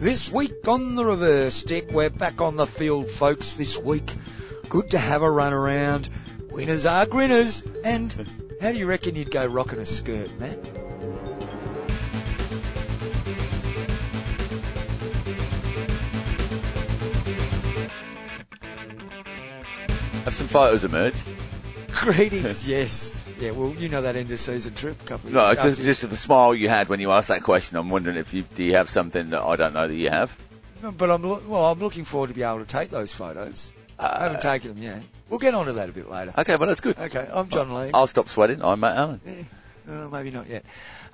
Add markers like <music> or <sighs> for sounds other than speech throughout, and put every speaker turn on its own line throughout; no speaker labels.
This week on the reverse stick, we're back on the field, folks, this week. Good to have a run around. Winners are grinners. And how do you reckon you'd go rocking a skirt, Matt?
Have some photos emerged?
<laughs> Greetings,
<laughs>
yes. Yeah, well, you know that end of season trip couple of
No,
years
just,
after-
just the smile you had when you asked that question. I'm wondering if you do you have something that I don't know that you have.
No, But I'm lo- well. I'm looking forward to be able to take those photos.
Uh,
I haven't taken them yet. We'll get onto that a bit later.
Okay, well that's good.
Okay, I'm John Lee.
I'll stop sweating. I'm Matt Allen.
Uh, maybe not yet.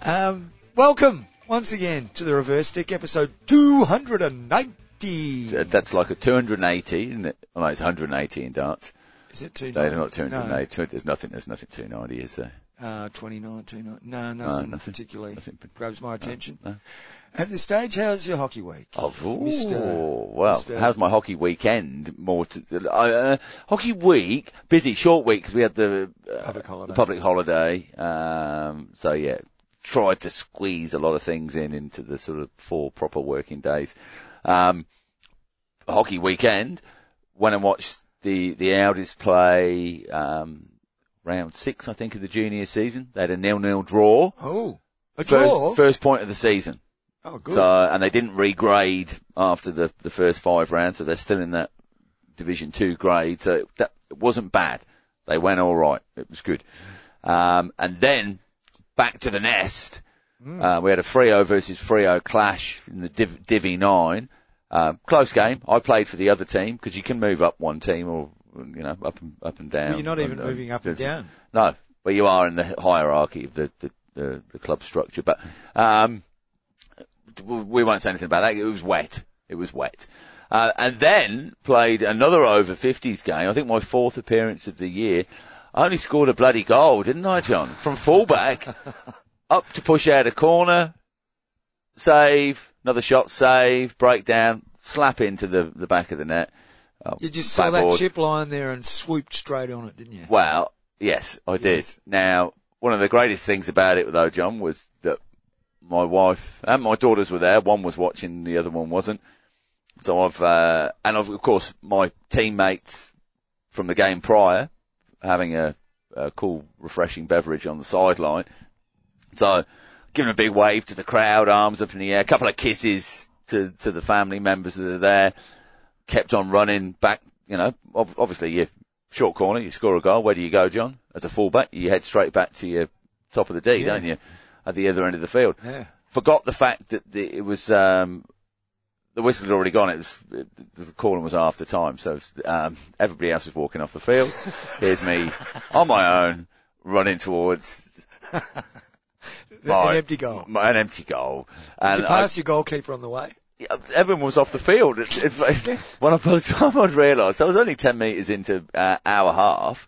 Um, welcome once again to the Reverse Stick episode 290.
Th- That's like a 280, isn't it? Oh, no, it's 180 in darts.
Is it
No,
290?
they're not 280.
No,
200 there's nothing. There's nothing 290, is there?
uh, 29, 29. No, nothing,
nothing.
particularly
Nothing pa-
grabs my attention.
no.
At this stage, how's your hockey week?
Oh,
Mr.
ooh, well,
Mr.
how's my hockey weekend? More to, uh, hockey week, busy, short week 'cause we had the uh,
Public holiday.
the public holiday. Um, so yeah, tried to squeeze a lot of things in into the sort of four proper working days. Um, hockey weekend went and watched the the Audis play um, round six, I think, of the junior season. They had a nil nil draw.
Oh, a
First-
draw?
first point of the season.
oh, good.
So, and they didn't regrade after the, the first five rounds, so they're still in that Division Two grade. So it, that, it wasn't bad. They went all right. It was good. Um, and then back to the nest.
Hmm.
Uh, we had a Frio versus Frio clash in the Div- Divi Nine. Uh, close game. I played for the other team because you can move up one team or you know up and up and down.
Well, you're not even
And, uh,
moving up and
there's-
down.
no, but you are in the hierarchy of the, the, the, the club structure. But um, we won't say anything about that. It was wet. It was wet. Uh, and then played another over 50s game. I think my fourth appearance of the year. I only scored a bloody goal, didn't I, John? From fullback up to push out a corner, save, another shot, save, breakdown, slap into the, the back of the net. Oh,
You just saw that
backboard.
chip line there and swooped straight on it, didn't you?
Well, yes, I did.
Yes.
Now, one of the greatest things about it, though, John, was that my wife and my daughters were there. One was watching, the other one wasn't. So I've, uh, and I've, of course, my teammates from the game prior having a, a cool, refreshing beverage on the sideline. So, giving a big wave to the crowd, arms up in the air, a couple of kisses to, to the family members that are there kept on running back. You know, ob- obviously you short corner, you score a goal. Where do you go, John? As a fullback, you head straight back to your top of the D,
Yeah.
don't you? At the other end of the field.
Yeah.
Forgot the fact that the, it was um, the whistle had already gone. It was it, the calling was after time, so um, everybody else was walking off the field. Here's me on my own running towards
An
my-
empty goal.
my- an empty goal.
You
And I-
passed your goalkeeper on the way.
yeah, everyone was off the field.
<laughs>
It's, it's like, when I, by the time I'd realised, I was only 10 metres into uh, hour half,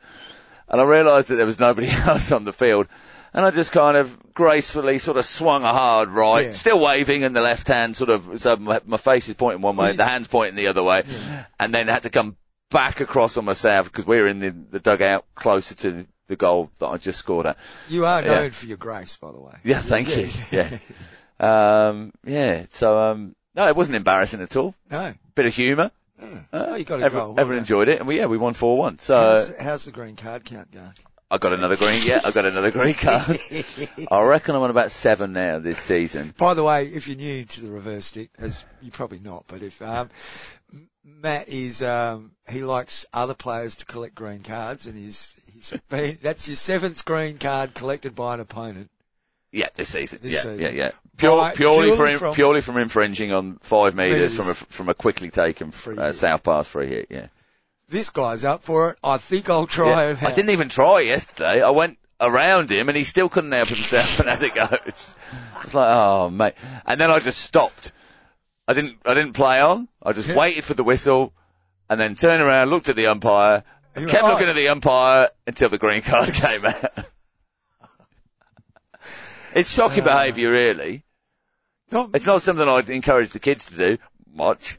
and I realised that there was nobody <laughs> else on the field, and I just kind of gracefully sort of swung a hard right,
Yeah.
still waving, and the left hand sort of, so my, my face is pointing one way, the hand's pointing the other way, and then had to come back across on myself, because we were in the, the dugout closer to the goal that I just scored at.
You are
Yeah.
known for your grace, by the way. <laughs>
Yeah, thank you. Yeah. Um, yeah, so, um, no, it wasn't embarrassing at all.
No.
Bit of humour.
Oh, you got a
Uh, Every-
goal.
Everyone enjoyed it, and we, yeah, we won four one. So
how's, how's the green card count going?
<laughs> I got another green. Yeah, I got another
<laughs>
green card. I reckon I'm on about seven now this season.
By the way, if you're new to the reverse stick, as you're probably not, but if um, M- Matt is, um, he likes other players to collect green cards, and he's he's <laughs> been that's your seventh green card collected by an opponent.
Yeah, this season.
This
yeah,
season.
yeah, yeah. Pure,
By-
purely,
purely
for in,
from-
purely from infringing on five meters
Metres.
from a from a quickly taken
Free
uh,
hit.
south pass free hit. Yeah.
This guy's up for it. I think I'll
Yeah.
try. him
I
out.
didn't even try yesterday. I went around him and he still couldn't help himself <laughs> and had to go. It's, it's like, oh mate. And then I just stopped. I didn't, I didn't play on. I just
Yeah.
waited for the whistle and then turned around, looked at the umpire,
You
kept
were, "Oh."
looking at the umpire until the green card <laughs> came out. it's shocking behaviour really.
Not-
It's not something I'd encourage the kids to do much.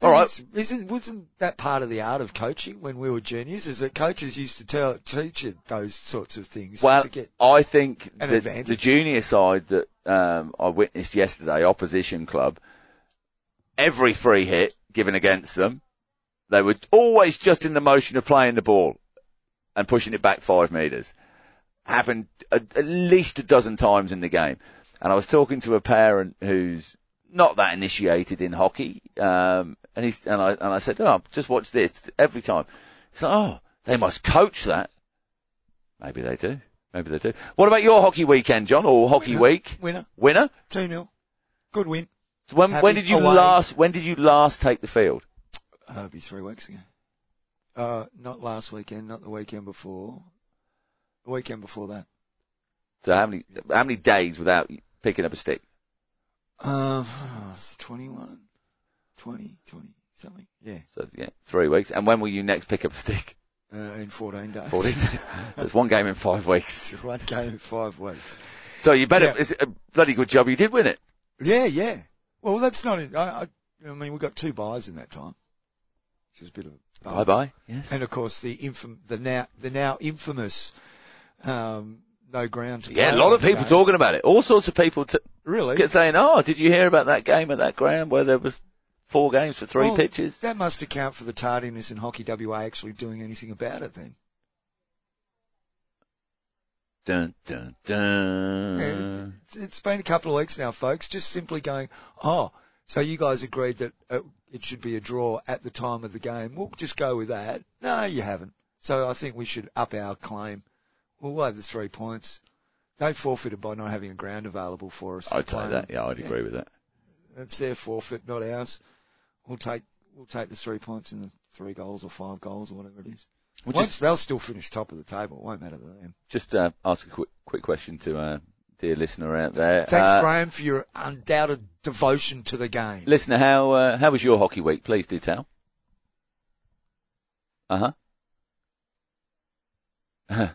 All right.
Isn't- Isn't, wasn't that part of the art of coaching when we were juniors? Is that coaches used to tell, teach you those sorts of things
Well,
to get
I think
an
the,
advantage.
the junior side that um, I witnessed yesterday, opposition club, every free hit given against them, they were always just in the motion of playing the ball and pushing it back five metres. Happened a, at least a dozen times in the game. And I was talking to a parent who's not that initiated in hockey, um, and he's, and I, and I said, oh, just watch this every time. He's like, oh, they must coach that. Maybe they do. Maybe they do. What about your hockey weekend, John, or hockey
Winner.
week?
Winner.
Winner?
2 0. Good win.
So When,
Happy
when did you
away.
last, when did you last take the field?
Uh, it'll be three weeks ago. Uh, not last weekend, not the weekend before. The weekend before that.
So how many, how many days without picking up a stick?
Um, it's 21, 20, 20, something. Yeah.
So yeah, three weeks. And when will you next pick up a stick?
Uh, in 14 days.
14 days. So
<laughs>
it's one game in five weeks.
One game in five weeks.
So you better,
Yeah.
it's a bloody good job you did win it.
Yeah, yeah. Well, that's not it. I, I, I mean, we got two buys in that time, which is a bit of a bummer.
Bye bye. Yes.
And of course, the infam- the now the now infamous um, no ground to
Yeah, a
play
lot
on
of people
today.
talking about it. All sorts of people t-
Really,
kept saying, oh, did you hear about that game at that ground where there was four games for three
Well,
pitches?
That must account for the tardiness in hockey WA actually doing anything about it. Then
Dun, dun, Mm. dun.
It's- it's been a couple of weeks now, folks. Just simply going, oh, so you guys agreed that it, it should be a draw at the time of the game. We'll just go with that. No, you haven't. So I think we should up our claim. Well, why the three points? They forfeited by not having a ground available for us. to
I'd
play
say
on.
that. Yeah, I'd agree with that.
That's their forfeit, not ours. We'll take we'll take the three points and the three goals or five goals or whatever it is.
Well,
Once
just
they'll still finish top of the table, it won't matter to them.
just uh, ask a quick, quick question to uh, dear listener out there.
Thanks,
Uh,
Graham, for your undoubted devotion to the game.
Listener, how uh, how was your hockey week? Please do tell. Uh huh.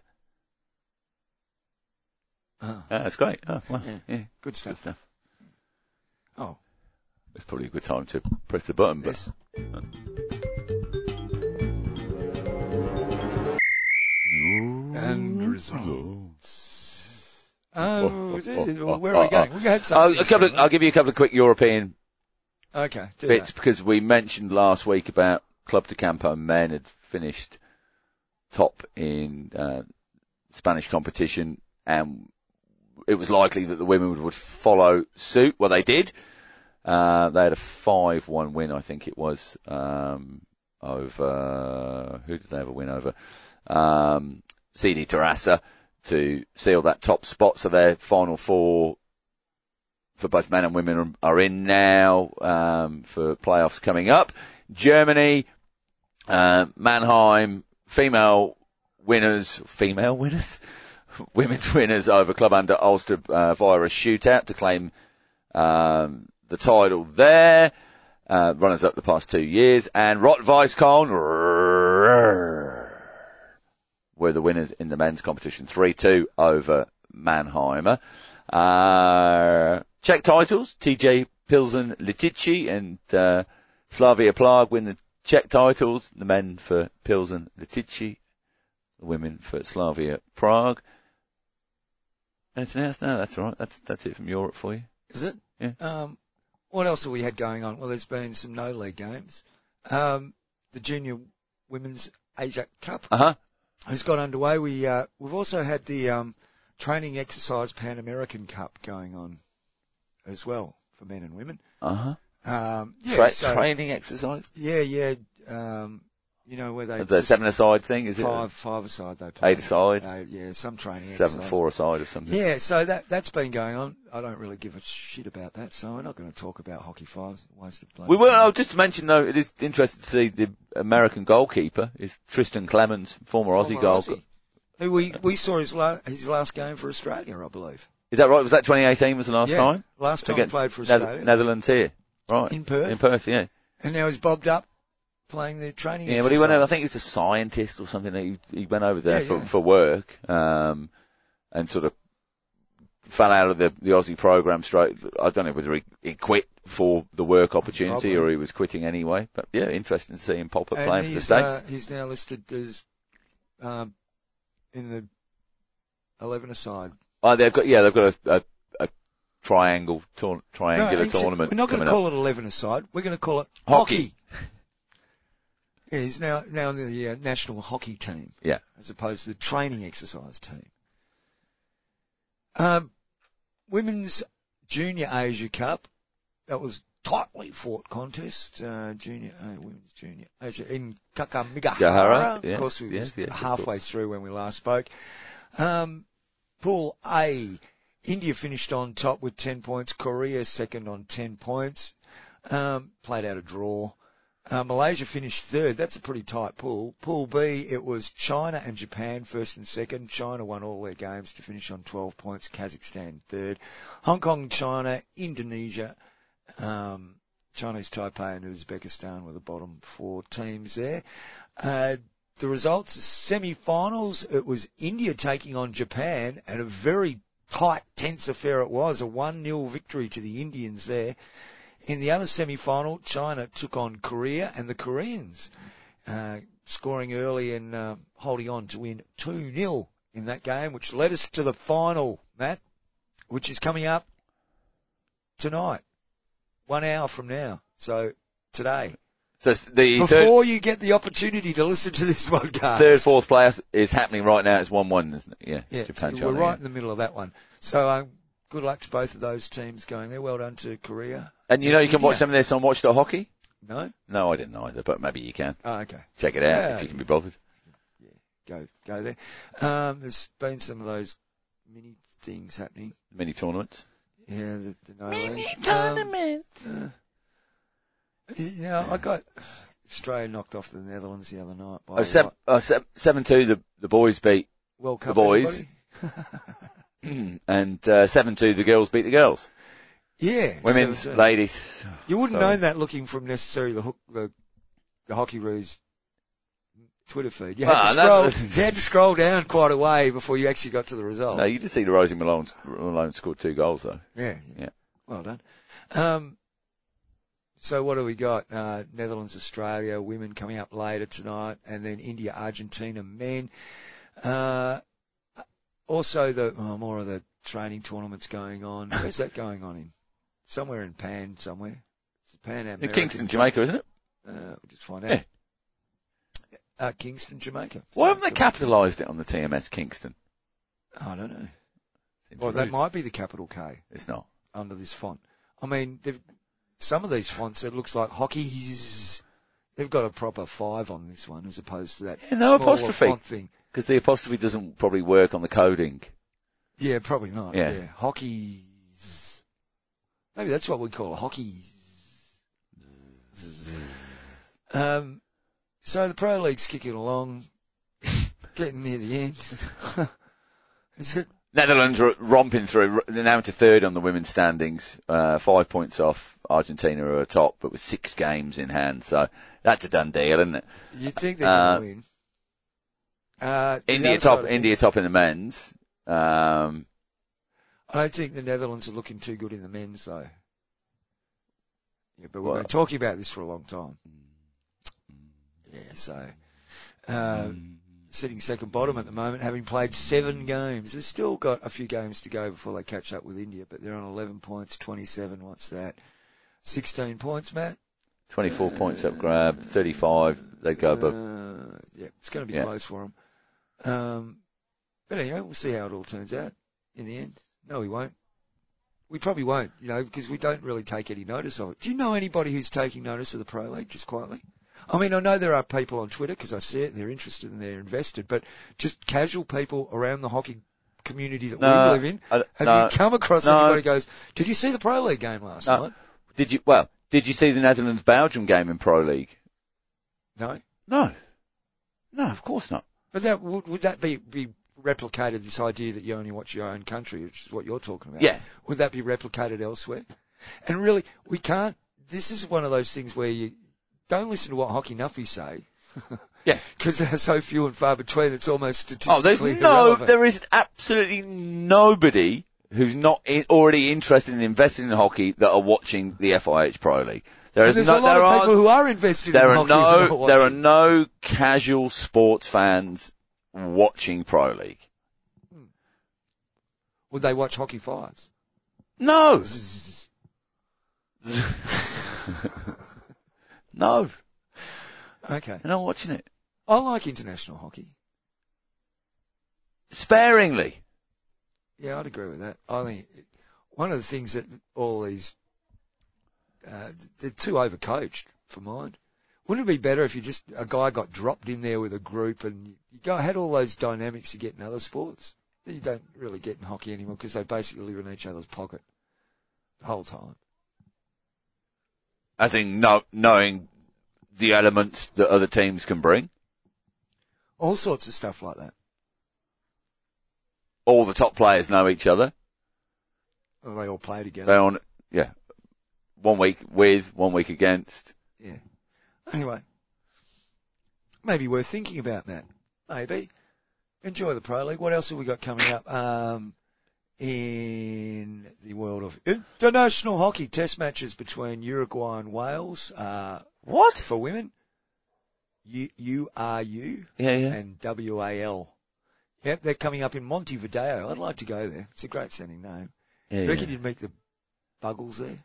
Oh,
<laughs> That's great. Oh, well, yeah.
good
good
stuff.
stuff.
Oh,
It's probably a good time to press the button. But
yes. And results. Oh,
oh,
where are
oh,
we going?
oh.
We had
I'll,
something.
a couple of, I'll give you a couple of quick European
okay, do
bits
that.
because we mentioned last week about Club de Campo men had finished top in uh, Spanish competition, and it was likely that the women would, would follow suit. Well, they did. Uh, they had a five-one win, I think it was, um, over who did they have a win over? Um, CD Terrassa to seal that top spot. So their final four for both men and women are in now um, for playoffs coming up. Germany, uh, Mannheim, female winners, female winners, <laughs> women's winners over Club Under Ulster uh, via a shootout to claim um, the title there. Uh, runners up the past two years, and Rot Viscon were the winners in the men's competition, three two over Mannheimer. Uh, Czech titles, TJ Pilsen Litici and uh, Slavia Prague win the Czech titles, the men for Pilsen Litici, the women for Slavia Prague. Anything else? No, that's all right. That's that's it from Europe for you.
Is it?
Yeah.
Um, what else have we had going on? Well, there's been some no league games. Um, the junior women's Asia Cup
Uh huh.
has got underway. We uh, we've also had the um, training exercise Pan American Cup going on as well for men and women.
Uh huh.
Um, yeah,
Tra-
so-
training exercise.
yeah, yeah. Um, you know where they
The
just
seven aside thing is
five five aside they
it?
play
Eight aside,
Uh, yeah, some training
seven
exercise.
four aside or something.
Yeah, so that that's been going on. I don't really give a shit about that, so we're not going to talk about hockey fives. Waste of blood.
We will. Oh, just to mention though, it is interesting to see the American goalkeeper is Tristan Clemens, former, Aussie goalkeeper.
Oh, Who we we saw his la- his last game for Australia, I believe.
Is that right? Was that 2018 was the last
yeah,
time?
last time he
Against
played for
Nether-
Australia
Netherlands here. Right.
in Perth,
In Perth, yeah.
and now he's bobbed up playing the training.
Yeah, well, he went over, I
exercise.
think he was a scientist or something. He, he went over there
Yeah,
for,
yeah.
for work, um, and sort of fell out of the, the Aussie program straight. I don't know whether he, he quit for the work opportunity
Probably.
or he was quitting anyway. But yeah, interesting to see him pop up
And
playing for the
he's,
States.
uh, he's now listed as um, in the eleven aside.
Oh, they've got yeah, they've got a, a, a triangle tour, triangular
No, it's-
tournament.
We're not going
coming
to
up.
call it 11 aside. We're going to call it
Hockey.
hockey. <laughs> Yeah, he's now, now in the uh, national hockey team
Yeah.
as opposed to the training exercise team. Um, women's junior Asia Cup. That was tightly fought contest. Uh, junior, uh, women's junior Asia in Kakamigahara.
Gahara, yeah,
of course, we
yes,
was
yes, of
halfway through when we last spoke. Um, Pool A. India finished on top with 10 points. Korea second on 10 points. Um, played out a draw. Uh, Malaysia finished third. That's a pretty tight pool. Pool B, it was China and Japan first and second. China won all their games to finish on 12 points. Kazakhstan third. Hong Kong, China, Indonesia, um, Chinese Taipei and Uzbekistan were the bottom four teams there. Uh, the results, semi-finals, it was India taking on Japan and a very tight, tense affair it was. A 1-0 victory to the Indians there. In the other semi-final, China took on Korea and the Koreans, uh, scoring early and uh, holding on to win 2-0 in that game, which led us to the final, Matt, which is coming up tonight, one hour from now. So today,
So it's the third,
before you get the opportunity to listen to this <laughs> podcast,
third, fourth playoff is happening right now. It's one-one, isn't it? Yeah.
Yeah,
Japan,
so
China.
we're
yeah.
right in the middle of that one. So um, good luck to both of those teams going there. Well done to Korea.
And you know you can watch
Yeah.
some of this on Watch the Hockey.
No?
No, I didn't either, but maybe you can
Oh, okay.
check it out
Yeah.
if you can be bothered.
Go, go there. Um, there's been some of those mini things happening.
Mini tournaments.
Yeah, the, the no mini tournaments. you know, I got <sighs> Australia knocked off the Netherlands the other night by
Oh, seven,
what?
oh, seven, seven two. The the boys beat
World Cup.
boys.
everybody?
and uh, seven two. The girls beat the girls.
Yeah,
Women's,
17.
ladies.
You wouldn't
So-
know that looking from necessarily the hook, the, the hockey roos Twitter feed. You had,
Ah,
to
that
scroll,
was-
you had to scroll down quite a way before you actually got to the result.
No, you did see the Rosie Malone, Malone scored two goals though.
Yeah,
Yeah.
Well done. Um, so what do we got? Uh, Netherlands, Australia, women coming up later tonight, and then India, Argentina, men. Uh, also the oh, more of the training tournaments going on. Where's that going on in? Somewhere in Pan, somewhere. It's a Pan
In
American.
Kingston, Jamaica, isn't it?
Uh, we'll just find out.
Yeah.
Uh, Kingston, Jamaica. So-
Why haven't they capitalised it on the TMS Kingston?
I don't know.
Seems
Well, that
rude.
might be the capital K
It's not.
under this font. I mean, they've- some of these fonts, it looks like hockey's. They've got a proper five on this one as opposed to that
Yeah, no
smaller
apostrophe.
font thing.
Because the apostrophe doesn't probably work on the coding.
Yeah, probably not.
Yeah.
Yeah. Hockey's. Maybe that's what we call a hockey's. Um, so the Pro League's kicking along, <laughs> getting near the end. <laughs> Is it?
Netherlands r- romping through, r- now to third on the women's standings, uh, five points off. Argentina are atop, but with six games in hand, so that's a done deal, isn't it?
You'd think they're going
Uh,
to win. Uh, the
India
other side
top,
of
India top in the men's. Um,
I don't think the Netherlands are looking too good in the men's though. Yeah, but we've
Well-
been talking about this for a long time. Yeah, so uh, sitting second bottom at the moment, having played seven games. They've still got a few games to go before they catch up with India, but they're on 11 points, 27. What's that? 16 points, Matt.
24 points up grab, 35, they go above.
Uh, yeah, it's going to be
Yeah.
close for them. Um, but anyway, we'll see how it all turns out in the end. No, we won't. We probably won't, you know, because we don't really take any notice of it. Do you know anybody who's taking notice of the Pro League, just quietly? I mean, I know there are people on Twitter because I see it and they're interested and they're invested, but just casual people around the hockey community that
No,
we live in,
I-
have
no,
you come across
no.
anybody who goes, did you see the Pro League game last
No.
night?
Did you, well, did you see the Netherlands Belgium game in Pro League?
No.
No. No, of course not.
But that would, would that be, be replicated? This idea that you only watch your own country, which is what you're talking about.
Yeah.
Would that be replicated elsewhere? And really, we can't. This is one of those things where you don't listen to what hockey nuffies say
Yeah.
because they're so few and far between. It's almost statistically
Oh, there's no,
irrelevant.
there is absolutely nobody who's not in, already interested in investing in hockey that are watching the FIH Pro League. There
And
is
there's
no,
a lot of
there are,
people who are invested
there
in
are
hockey. and
no,
not
there are
watching.
no casual sports fans watching Pro League.
Would they watch hockey fives? <laughs>
No. no.
Okay.
You're not watching it.
I like international hockey.
Sparingly.
Yeah, I'd agree with that. I think one of the things that all these, uh, they're too overcoached for mine. Wouldn't it be better if you just, a guy got dropped in there with a group and you go, had all those dynamics you get in other sports that you don't really get in hockey anymore because they basically live in each other's pocket the whole time.
As in no, knowing the elements that other teams can bring.
All sorts of stuff like that.
All the top players know each other.
And They all play together.
They're on, yeah. One week with, one week against.
Yeah. Anyway, maybe worth thinking about that. Maybe. Enjoy the Pro League. What else have we got coming up? Um, in the world of international hockey, test matches between Uruguay and Wales uh,
What?
for women. U- URU
Yeah, yeah.
and WAL. Yep, they're coming up in Montevideo. I'd like to go there. It's a great sounding name.
yeah,
You reckon
yeah.
you'd meet the buggles there?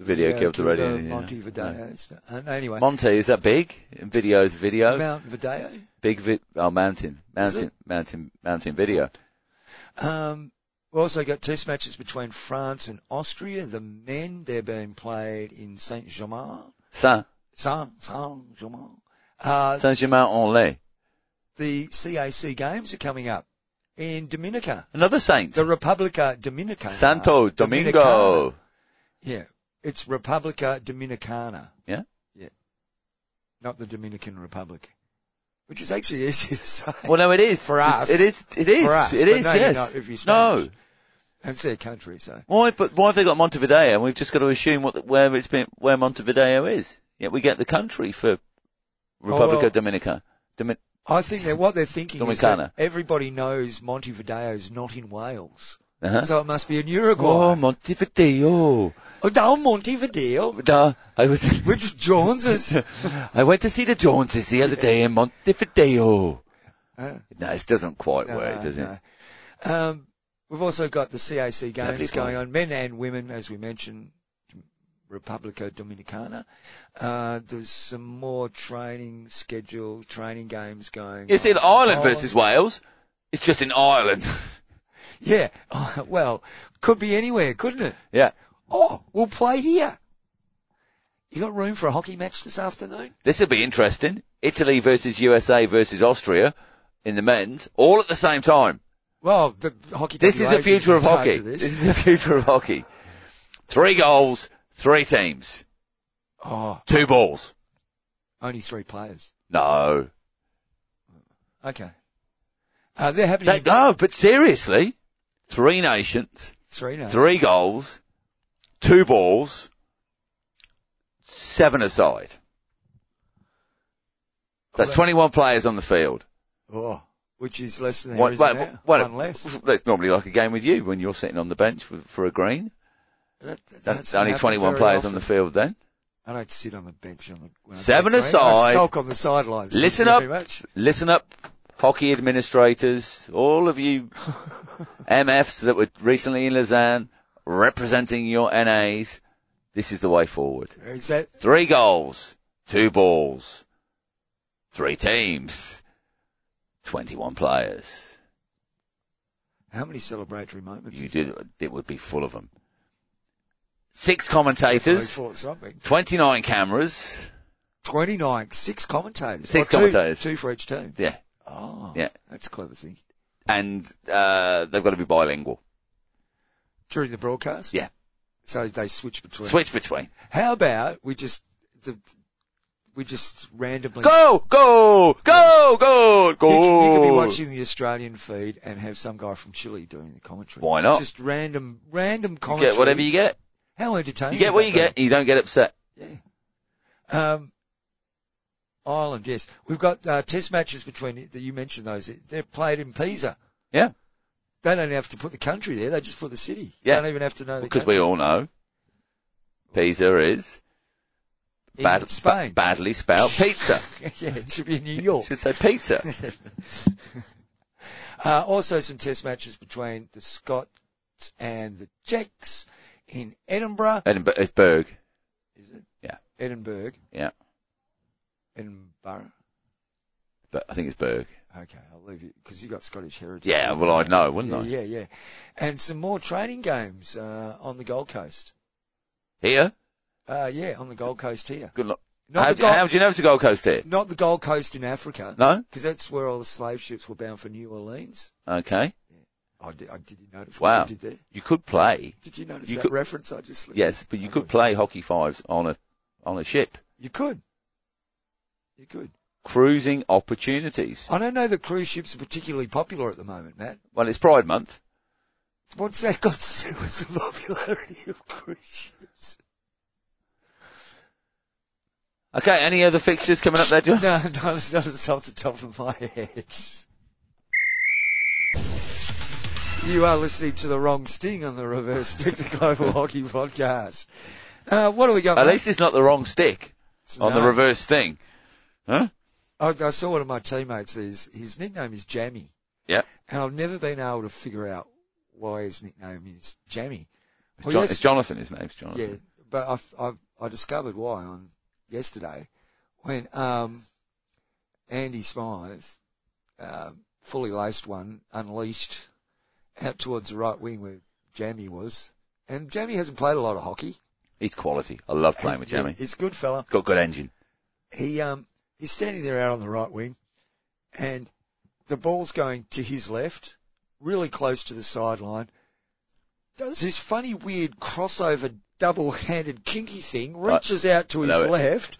Video killed the radio. yeah.
Montevideo. it's the- And anyway,
Monte, is that big? Video is video.
Mount Video.
big vi- oh, mountain,
Is
mountain, mountain, mountain video.
Um, we also got test matches between France and Austria. The men, they're being played in Saint Germain.
Saint,
Saint, Saint Germain. Uh,
Saint Germain en Laye.
the CAC games are coming up in Dominica.
Another saint.
The Republica Dominicana.
Santo Domingo.
Dominicana. Yeah. It's Republica Dominicana.
Yeah.
Yeah. Not the Dominican Republic. Which is actually <laughs> easier to say.
Well, no, it is.
For us.
It is, it is,
For us,
it
but
is,
no, you're
yes.
not if you're
no.
Spanish. And it's their country, so.
Why, but why have they got Montevideo? And we've just got to assume what, the- where it's been, where Montevideo is. Yet we get the country for Republica
Oh, well.
Dominica. Domin-
I think that what they're thinking is
Dominicana.
that everybody knows Montevideo's not in Wales,
uh-huh.
so it must be in Uruguay.
Oh, Montevideo.
oh, down Montevideo,
Da, I was, <laughs>
which Joneses.
I went to see the Joneses the other day in Montevideo.
Uh,
No, it doesn't quite
no,
work, does it?
no. Um, we've also got the CAC
Lovely
games going
point.
on, men and women, as we mentioned, Republica Dominicana. Uh, there's some more training schedule, training games going.
It's in
on.
Ireland
Oh,
versus Wales. It's just in Ireland. <laughs>
Yeah, <laughs> oh, well, could be anywhere, couldn't it?
yeah.
Oh, we'll play here. You got room for a hockey match this afternoon?
This will be interesting. Italy versus USA versus Austria in the men's, all at the same time.
Well, the the hockey.
This is
WA
the
in
future of
charge
hockey.
this.
This is the future of hockey. Three goals, three teams,
Oh,
two balls.
only three players.
No.
Okay. Uh, they're happening.
That, no, but seriously, three nations,
three now.
three goals, two balls, seven aside. That's 21 players on the field.
Oh, which is less than there
What,
is
what,
now.
what-
One less.
That's normally like a game with you when you're sitting on the bench for, for a green.
That-
That's
doesn't
only
happen
21
very
players on
often.
the field then.
I don't sit on the bench on the when I
Seven
play green. I
aside.
sulk on the sidelines. Thank
Listen
you
up.
very much.
Listen up, hockey administrators, all
<laughs>
of you MFs that were recently in Lausanne representing your NAs. This is the way forward.
Is that
Three goals, two balls, three teams, 21 players.
how many celebratory moments?
You
is
did,
that?
it would be full of them. Six
They
commentators,
thought something.
29 cameras,
Twenty-nine, six commentators.
Six
Well, two-
commentators.
two for each team.
yeah,
Oh,
Yeah.
that's clever thing.
and uh, they've got to be bilingual.
During the broadcast?
Yeah.
So they switch between.
Switch between.
How about we just, the, we just randomly.
Go, go, go, go,
You, c- you could be
go.
watching the Australian feed and have some guy from Chile doing the commentary.
Why not?
Just random, random
You
commentary.
get whatever you get.
How entertaining.
You get what
would
you
that
get. You don't get upset.
be? Yeah. Um, Ireland, yes. We've got uh, test matches between, you mentioned those. They're played in Pisa.
Yeah,
They don't have to put the country there. They just put the city.
Yeah.
They don't even have to know the
because
country.
we all know Pisa is
In
bad,
Spain.
ba- badly spelled pizza.
<laughs> yeah, it should be in New York.
Should say pizza.
<laughs> Uh, also some test matches between the Scot, Saints and the Jacks in Edinburgh.
Edinburgh, it's Berg.
Is it?
Yeah.
Edinburgh.
Yeah.
Edinburgh.
But I think it's Berg.
Okay, I'll leave you because you got Scottish heritage.
Yeah, well, I'd know, wouldn't
yeah,
I?
yeah, yeah. And some more training games uh, on the Gold Coast.
Here?
Uh, yeah, on the Gold Coast here.
Good luck.
Not
How,
the
do-
Gold,
how do you know it's a Gold Coast here?
not the Gold Coast in Africa,
No?
because that's where all the slave ships were bound for New Orleans.
Okay.
I did. I did you notice
Wow.
what I did there?
You could play.
Did you notice
You
that
could-
reference I just? slipped?
Yes, but you
I
could play hockey fives on a, on a ship.
You could. You could.
Cruising opportunities.
I don't know that cruise ships are particularly popular at the moment, Matt.
Well, it's Pride Month.
What's that got to do with the popularity of cruise
<laughs>
ships?
Okay, any other fixtures coming up there, John?
No, no, it's not it's off the top of my head. You are listening to the wrong sting on the Reverse Stick, the Global Hockey Podcast. Uh, what do we got?
At
mate?
least it's not the wrong stick on
No.
the reverse thing. Huh?
I, I saw one of my teammates. His, his nickname is Jammy.
Yeah.
And I've never been able to figure out why his nickname is Jammy.
It's,
Well,
Jon-
yes-
it's Jonathan, his name's Jonathan.
Yeah, but I've, I've, I discovered why on yesterday when um, Andy Smythe um, fully laced one, unleashed out towards the right wing where Jamie was. And Jamie hasn't played a lot of hockey.
He's quality. I love playing with
He-
Jamie. He's
He's a good fella.
got good engine.
He um he's standing there out on the right wing and the ball's going to his left, really close to the sideline. Does this funny weird crossover double handed kinky thing,
Right.
reaches out to his
Know it.
left,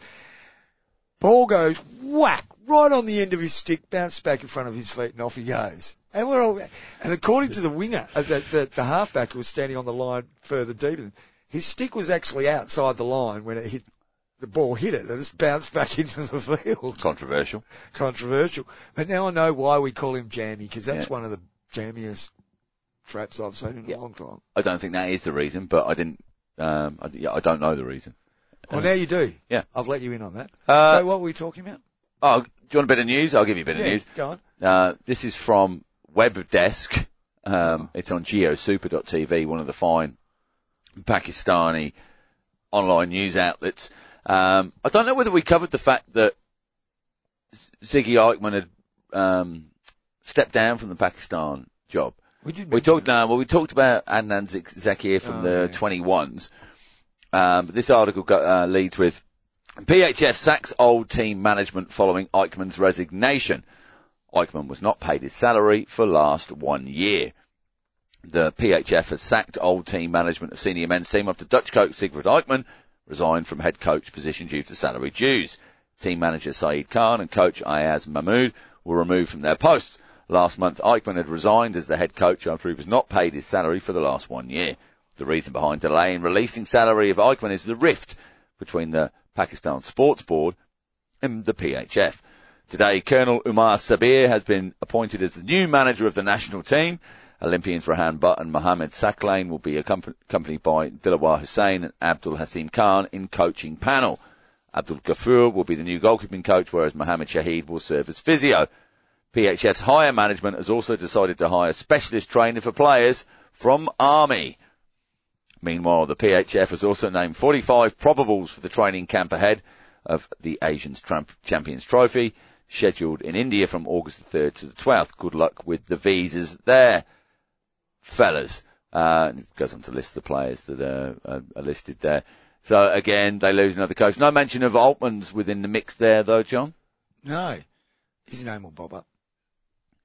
ball goes whack right on the end of his stick, bounced back in front of his feet and off he goes. And we're all, and according to the winger, uh, the, the, the halfback who was standing on the line further deeper, than- his stick was actually outside the line when it hit, the ball hit it and it's bounced back <laughs> into the field
Controversial.
controversial. But now I know why we call him Jammy because that's
Yeah.
one of the jammiest traps I've seen in a long time.
I don't think that is the reason, but I didn't. Um, I, yeah, I don't know the reason.
Well, now you do.
Uh, yeah.
I've let you in on that.
Uh,
so what were we talking about?
Oh, do you want a bit of news? I'll give you a bit of
yeah,
news.
go on.
Uh, this is from Webdesk. Um, it's on geosuper.tv, one of the fine Pakistani online news outlets. Um, I don't know whether we covered the fact that Z- Ziggy Eichmann had um, stepped down from the Pakistan job.
We did.
We
mention
talked
it.
now. Well, we talked about Adnan Zak- Zakir from
Oh,
the
yeah.
21s. Um, but this article go, uh, leads with PHF sacks old team management following Eichmann's resignation. Eichmann was not paid his salary for last one year. The PHF has sacked old team management of senior men's team after Dutch coach Sigrid Eichmann resigned from head coach position due to salary dues. Team manager Saeed Khan and coach Ayaz Mahmood were removed from their posts. Last month, Eichmann had resigned as the head coach after he was not paid his salary for the last one year. The reason behind delay in releasing salary of Eichmann is the rift between the Pakistan Sports Board and the PHF. Today, Colonel Umar Sabir has been appointed as the new manager of the national team. Olympians Rahan Butt and Mohammed Saklain will be accomp- accompanied by Dilawar Hussain and Abdul Hasim Khan in coaching panel. Abdul Ghafoor will be the new goalkeeping coach, whereas Mohammed Shahid will serve as physio. PHF's higher management has also decided to hire specialist training for players from Army. Meanwhile, the PHF has also named 45 probables for the training camp ahead of the Asians Tramp- Champions Trophy, scheduled in India from August the 3rd to the 12th. Good luck with the visas there, fellas. Uh, and it goes on to list the players that are, are, are listed there. So again, they lose another coach. No mention of Altman's within the mix there, though, John.
No, his name will bob up.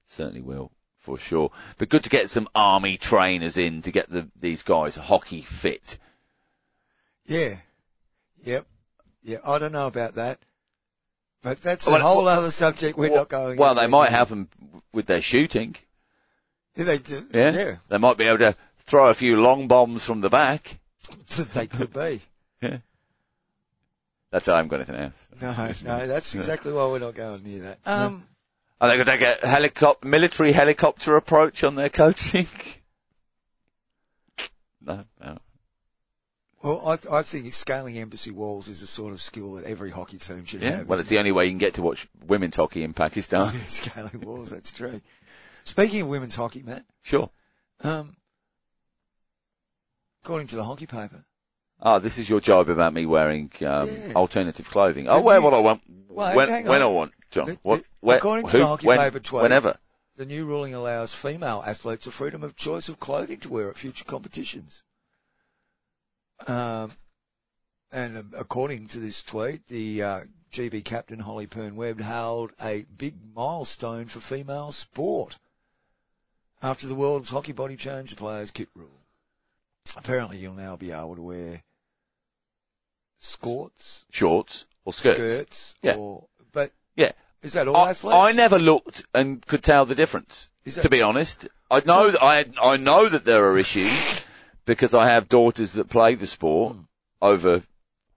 Certainly will, for sure. But good to get some army trainers in to get the, these guys hockey fit.
Yeah. Yep. Yeah. I don't know about that, but that's
Well,
a whole
well-
other subject. We're not going.
Well,
into.
they might help them with their shooting.
Yeah, they do.
Yeah?
yeah. <laughs>
They might be able to throw a few long bombs from the back.
they could be.
That's how I'm got anything else.
No, no, that's exactly why we're not going near that. Um,
Are they going to take a helicopter, military helicopter approach on their coaching? <laughs> no, Oh. no.
well, I, I think scaling embassy walls is a sort of skill that every hockey team should
Yeah.
have.
Well, it's the only way you can get to watch women's hockey
<laughs>
in Pakistan.
Yeah, scaling walls, that's true. Speaking of women's hockey, Matt,
Sure.
um, according to the hockey paper.
Oh, this is your job about me wearing um,
Yeah.
alternative clothing. I'll
But
wear
you-
what I want,
Well,
when,
hang
when I
on.
want, John.
But-
what,
but
where,
according to
who,
the Hockey
when,
Paper Twitter-
whenever.
The new ruling allows female athletes the freedom of choice of clothing to wear at future competitions. Um, and um, according to this tweet, the uh, GB captain Holly Pern Webb hailed a big milestone for female sport after the world's hockey body changed the players' kit rule. Apparently, you'll now be able to wear skorts,
Shorts or skirts.
skirts,
Yeah.
or but
Yeah.
is that all
I,
athletes?
I never looked and could tell the difference,
Is that-
to be honest. I know that I, I know that there are issues because I have daughters that play the sport
Hmm.
over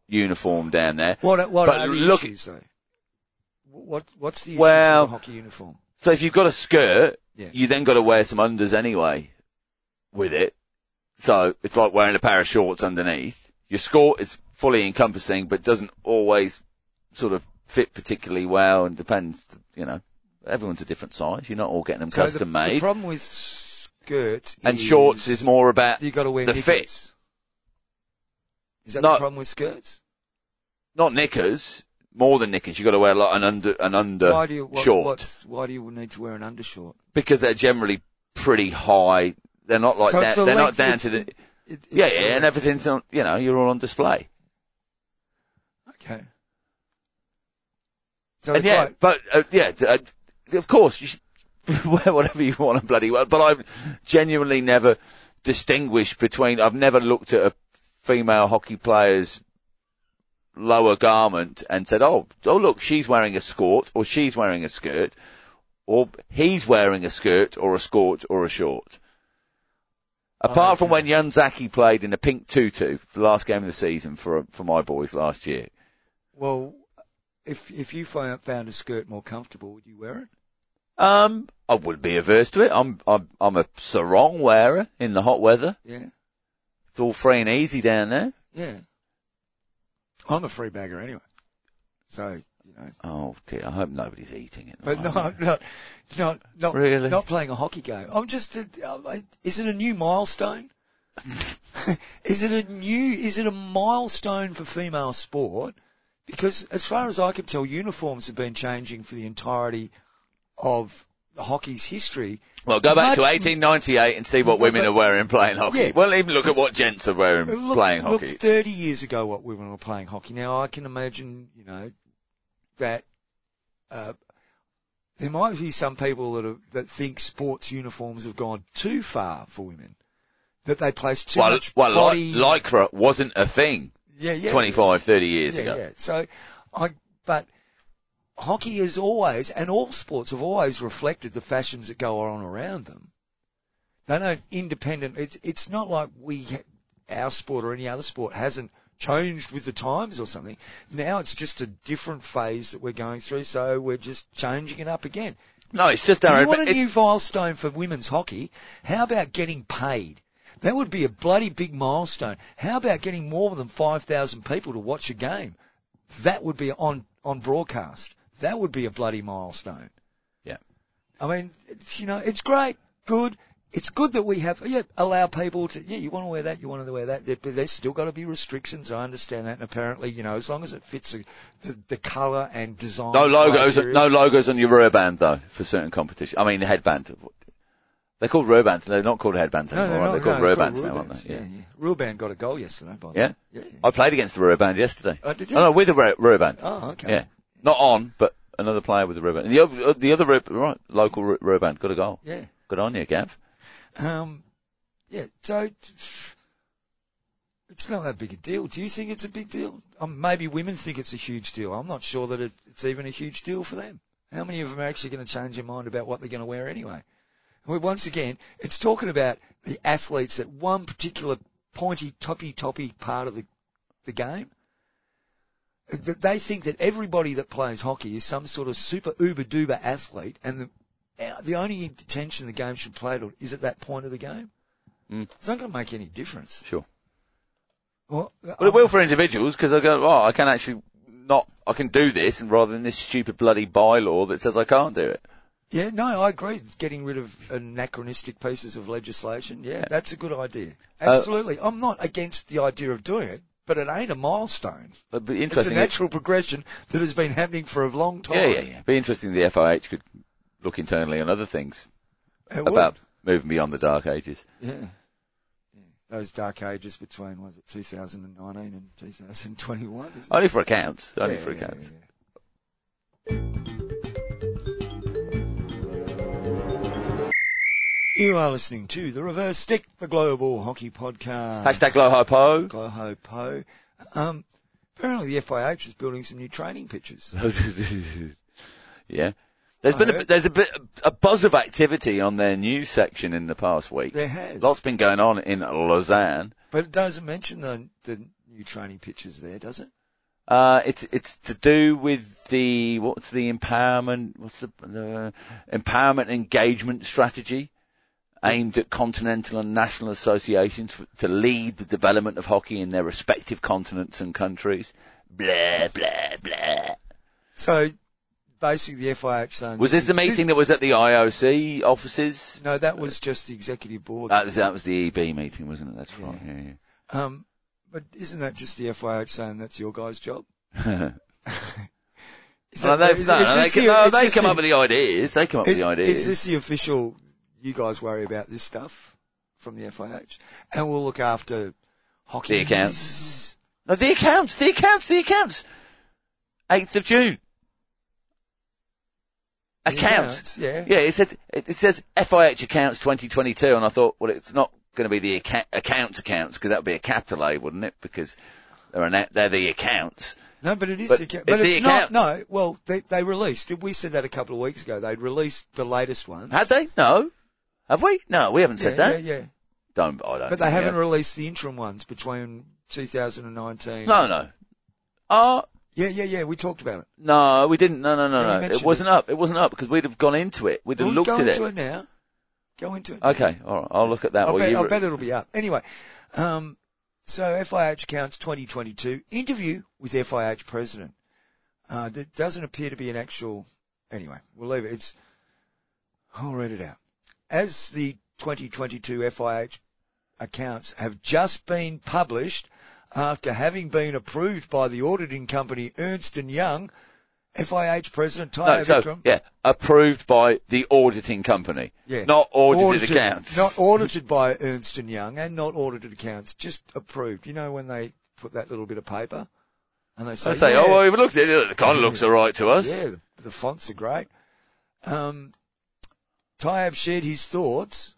uniform down there.
What what
But
are the
look-
issues though? What what's the issues
Well-
with the hockey uniform?
So if you've got a skirt,
Yeah.
you then got to wear some unders anyway with it. So it's like wearing a pair of shorts underneath. Your skirt is fully encompassing, but doesn't always sort of fit particularly well and depends, you know, everyone's a different size. You're not all getting them
So the-
custom
the,
made.
problem with skirts
and shorts is more about
you got to wear
the
knickers.
fit.
Is that
No.
the problem with skirts?
Not knickers, more than knickers. You've got to wear like an under, an under
why do you what,
short
what's- why do you need to wear an undershort?
because they're generally pretty high. They're not like
So
down-
it's the
they're not
length,
down
it's-
to the,
it- it's
yeah,
the
yeah, and
length.
everything's on, you know, you're all on display.
Okay. So
and
it's
yeah,
like,
but uh, yeah, t- uh, of course you should <laughs> wear whatever you want and bloody well. But I've genuinely never distinguished between. I've never looked at a female hockey player's lower garment and said, "Oh, oh look, she's wearing a skirt, or she's wearing a skirt, or he's wearing a skirt, or a skirt, or a short." Apart from when Yanzaki played in a pink tutu for the last game of the season for for my boys last year,
well, if if you fi- found a skirt more comfortable, would you wear it?
Um, I wouldn't be averse to it. I'm, I'm, I'm a sarong wearer in the hot weather.
Yeah.
It's all free and easy down there.
Yeah. I'm a free bagger anyway. So, you know.
Oh dear, I hope nobody's eating it.
But not, not, not, not,
Really?
not playing a hockey game. I'm just, a, I- is it a new <laughs> milestone? is it a new, is it a milestone for female sport? Because as far as I can tell, uniforms have been changing for the entirety of hockey's history.
Well, go back to
Much-
1898 and see what
Well,
women
but-
are wearing playing hockey.
Yeah.
Well, even look at what gents are wearing
Look-
playing
look,
hockey.
30 years ago what women were playing hockey. Now I can imagine, you know, that, uh, there might be some people that are, that think sports uniforms have gone too far for women. That they place too
well,
much
well
body.
Ly- lycra wasn't a thing
yeah, yeah.
25, 30 years
yeah,
ago.
yeah. So I, but hockey is always, and all sports have always reflected the fashions that go on around them. They don't independent. It's it's not like we, our sport or any other sport hasn't changed with the times or something. Now it's just a different phase that we're going through, so we're just changing it up again.
No, it's just our.
If you want a
advan-
new milestone for women's hockey? How about getting paid? That would be a bloody big milestone. How about getting more than 5,000 people to watch a game? That would be on, on broadcast. That would be a bloody milestone.
Yeah.
I mean, it's, you know, it's great, good. It's good that we have, yeah, allow people to, yeah, you want to wear that, you want to wear that, there- but there's still got to be restrictions. I understand that. And apparently, you know, as long as it fits the, the, the colour and design.
No logos,
criteria-
no logos on your rearband though for certain competition. I mean headband. They're called rearbands. They're not called headbands anymore.
they're
right?
not-
they're called
no,
rearbands now, aren't
Rubands.
they? Yeah.
yeah. Ruban got a goal yesterday, by the
Yeah?
way. Yeah. yeah.
I played against the rearband yesterday.
Oh, did you?
No, no, with a rear- rearband.
Oh, okay.
Yeah, not on, but another player with a rearband. The other, the other rear- right local re- rearband got a goal.
Yeah.
Good on you, Gav.
Um, yeah. So it's not that big a deal. Do you think it's a big deal? Um, maybe women think it's a huge deal. I'm not sure that it, it's even a huge deal for them. How many of them are actually going to change their mind about what they're going to wear anyway? Well, once again, it's talking about the athletes at one particular pointy, toppy, toppy part of the, the game. That They think that everybody that plays hockey is some sort of super uber duper athlete and the, uh, the only intention the game should play to is at that point of the game.
Mm.
It's not going to make any difference.
Sure.
Well,
Well, it will for individuals because I go, oh, I can actually not, I can do this, and rather than this stupid bloody bylaw that says I can't do it.
Yeah, no, I agree. It's Getting rid of anachronistic pieces of legislation. Yeah, that's a good idea.
Uh,
Absolutely. I'm not against the idea of doing it, but it ain't a milestone.
It'd be
It's a
interesting.
natural progression that has been happening for a long time.
yeah, yeah, yeah. It'd be interesting. The FIH could look internally on other things
It would.
about moving beyond the dark ages.
Yeah. yeah. Those dark ages between, was it 2019 and 2021? Isn't it?
Only for accounts. Only
Yeah,
for
yeah, yeah,
accounts.
yeah. You are listening to The Reverse Stick, the global hockey podcast.
Hashtag low hypo.
Gloho Po. Um, apparently the FIH is building some new training
<laughs>
pitches.
yeah. There's
I
been a
heard.
bit, there's a bit, a buzz of activity on their news section in the past week.
There has.
Lots been going on in Lausanne.
But it doesn't mention the, the new training pitches there, does it?
Uh, it's, it's to do with the, what's the empowerment, what's the, the empowerment engagement strategy aimed at continental and national associations for, to lead the development of hockey in their respective continents and countries. Blah, blah, blah.
So basically the FIH saying...
Was this the meeting that was at the IOC offices?
No, that was just the executive board.
That was, that was the EB meeting, wasn't it? That's right. Yeah, yeah.
Um, but isn't that just the FIH saying that's your guy's job? Is
<laughs> No,
that-
they've-
is-
no,
is
no, they,
this
come-
your-
no,
is
they
this
come
your-
up with the ideas. They come up with
is,
the ideas.
is this the official? You guys worry about this stuff from the FIH, and we'll look after hockey
The accounts. No, the accounts, the accounts, the accounts. 8th of June. Accounts.
accounts, yeah.
Yeah, it said, it, it says FIH accounts 2022 and I thought, well, it's not going to be the account, account accounts because that would be a capital A, wouldn't it? Because they're, an, they're the accounts.
No, but it is.
But
the account-
it's
But,
the
it's, not.
account.
No, well, they they released. We said that a couple of weeks ago. They released the latest one.
Had they? No. Have we? No, we haven't
yeah,
said that.
yeah, yeah.
Don't, I don't
But they
think we
haven't
have.
released the interim ones between 2019.
No, no. Oh,
Yeah, yeah, yeah. We talked about it.
no, we didn't. No,
Yeah,
no,
you
no, no. It
mentioned
wasn't up. It wasn't up because we'd have gone into it. We'd have
Well,
looked
go
at it.
into it now. Go into it.
Okay, all right. I'll look at that.
I
while
bet,
you
I
re-
bet it'll be up. Anyway, um, so FIH counts 2022 interview with FIH president. Uh, there doesn't appear to be an actual, anyway, we'll leave it. It's, I'll read it out. As the 2022 FIH accounts have just been published after having been approved by the auditing company Ernst & Young, FIH President Ty
No, so
Avikram-
yeah, approved by the auditing company,
Yeah.
not audited, accounts.
Not audited by Ernst and Young and not audited accounts, just approved. You know when they put that little bit of paper and they say,
I say,
yeah,
oh, well, we looked at it. It kind of looks all right to us.
yeah, the, the fonts are great. Um, Tyab shared his thoughts.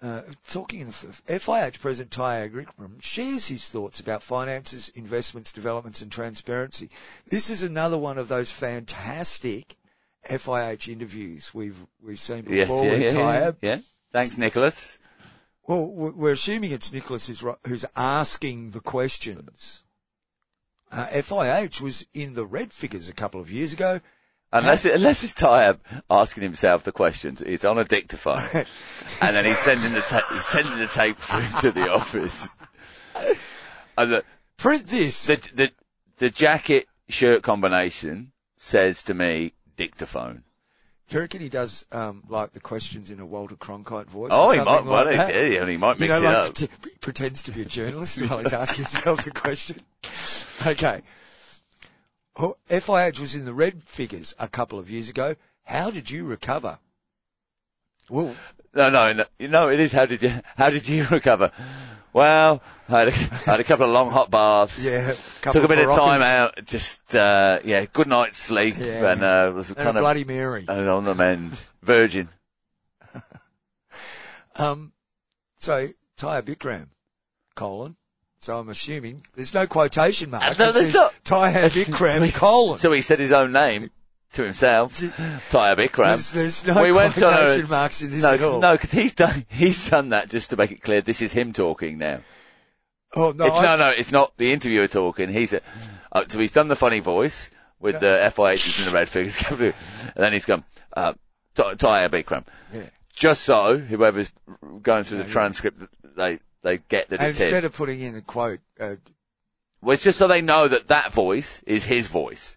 Uh, talking in the f- FIH President Ty Agrickram shares his thoughts about finances, investments, developments, and transparency. This is another one of those fantastic FIH interviews we've we've seen
Yes,
before
yeah,
with
yeah, yeah,
Tyab.
yeah. Thanks, Nicholas.
Well, w- we're assuming it's Nicholas who's, ri- who's asking the questions. Uh, FIH was in the red figures a couple of years ago.
Unless it, unless it's Tyab asking himself the questions, it's on
<laughs>
a dictaphone, and then he's sending the ta- he's sending the tape through to the <laughs> office. And the,
Print this.
the the the jacket shirt combination says to me dictaphone.
Do you reckon he does um, like the questions in a Walter Cronkite voice?
Oh,
or
he
something
might, well,
like that?
he, he might
You
mix
know,
it
like
up.
t- pretends to be a journalist while he's asking himself the question. <laughs> Okay. Oh, FIH was in the red figures a couple of years ago. How did you recover? Well,
No, no, no, no, it is. How did you, <laughs> how did you recover? Well, I had a, I had a couple of long hot baths.
yeah, couple
Took a bit of time
Baroccas
out. Just, uh, yeah, good night's sleep
Yeah.
and, uh, was
and a
kind of
Bloody Mary.
and on the mend. Virgin.
Um, so Tyre Bikram, colon. So I'm assuming there's no quotation marks.
no,
It
there's
says
not.
Tyre
<laughs> So he-
Bikram, colon.
So he said his own name to himself. Tyre
There's,
Bikram.
there's no
We went on a-
quotation marks in this
No,
at all.
'cause- no, because he's done, he's done that just to make it clear. This is him talking now.
oh no,
It's,
I-
no, no, it's not the interviewer talking. He's a, uh, so he's done the funny voice with the FIH in the red figures, <laughs> and then he's gone. Uh, Ty- Tyre Bikram.
Yeah.
Just so whoever's going through the transcript, they they get that
And
it's him.
instead of putting in the quote, uh,
Well, it's just so they know that that voice is his voice.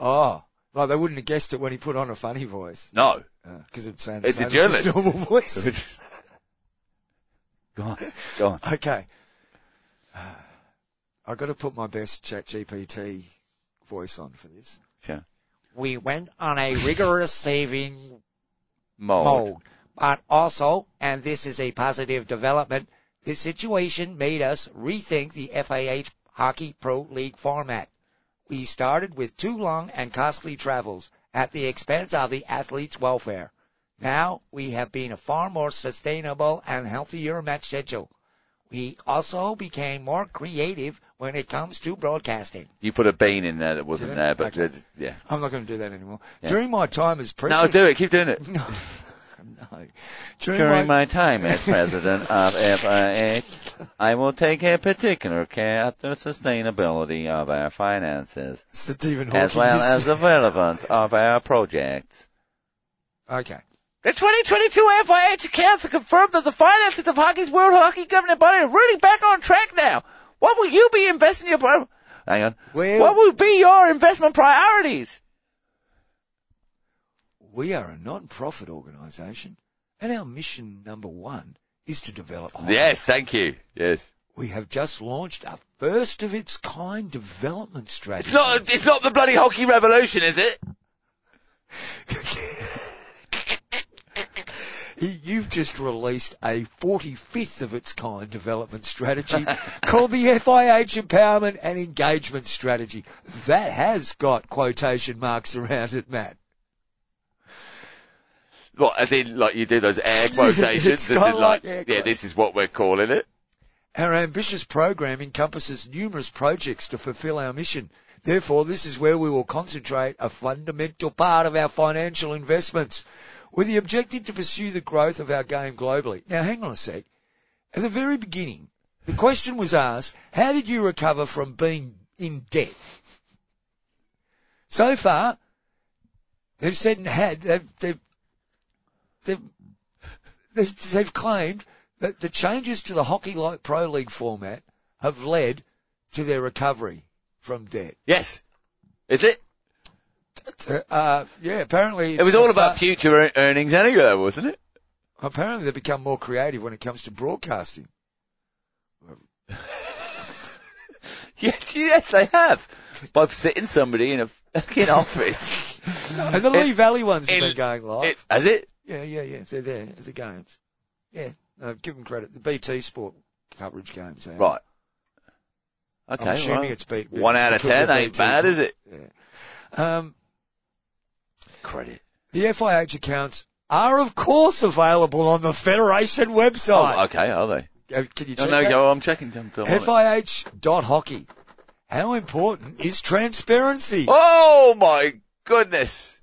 oh, Like they wouldn't have guessed it when he put on a funny voice
No. <laughs>
because it sounds
It's a
his
journalist.
normal
<laughs>
voice.
go on, go on.
<laughs> okay, I got to put my best ChatGPT voice on for this.
Yeah.
We went on a rigorous saving
Mold.
mode. But also, and this is a positive development, the situation made us rethink the FAH Hockey Pro League format. We started with too long and costly travels at the expense of the athlete's welfare. Now we have been a far more sustainable and healthier match schedule. We also became more creative when it comes to broadcasting.
You put a bean in there that wasn't
Did I?
there, but
Okay.
that's- yeah.
I'm not going to do that anymore.
Yeah.
During my time as
No,
president,
do it. Keep doing it.
<laughs> no, no. During,
During
my
my time as president of FIH, I will take a particular care of the sustainability of our finances,
Stephen Hawking,
as well
is-
as the relevance of our projects.
Okay.
The 2022 FIH Council confirmed that the finances of hockey's World Hockey Governing Body are really back on track now. What will you be investing your... pri- Hang on.
Well-
what will be your investment priorities?
We are a non-profit organisation and our mission number one is to develop hockey.
Yes, thank you. Yes.
We have just launched a first of its kind development strategy.
It's not, it's not the bloody hockey revolution, is it?
<laughs> You've just released a 45th of its kind development strategy <laughs> called the FIH Empowerment and Engagement Strategy. That has got quotation marks around it, Matt.
Well, as in, like, you do those air quotations.
<laughs> It's
as in,
kinda like
like,
air
yeah,
quotes.
this is what we're calling it.
Our ambitious program encompasses numerous projects to fulfill our mission. Therefore, this is where we will concentrate a fundamental part of our financial investments with the objective to pursue the growth of our game globally. Now, hang on a sec. At the very beginning, the question was asked, how did you recover from being in debt? So far, they've said and had, they've, they've, they've they've, they've claimed that the changes to the hockey like pro league format have led to their recovery from debt.
Yes. Is it?
Uh, yeah, apparently
It was all about future ear- earnings anyway, wasn't it? <laughs>
Apparently, they become more creative when it comes to broadcasting.
Yes, yes, they have. By sitting somebody in
<laughs>
a fucking office.
And the Lee Valley ones have
it-
been going live.
It, has it?
yeah, yeah, yeah. They're there as the games. Yeah, no, give them credit. The BT Sport coverage games. eh? There.
Right. Okay.
I'm assuming
well,
it's beat.
one out of ten ain't bad, is it?
Um,
Credit.
the FIH accounts are, of course, available on the Federation website.
Oh, okay, are they?
Uh, Can you
No,
check
no,
that?
go, I'm checking them. I'm on it.
FIH.hockey. How important is transparency?
Oh my goodness.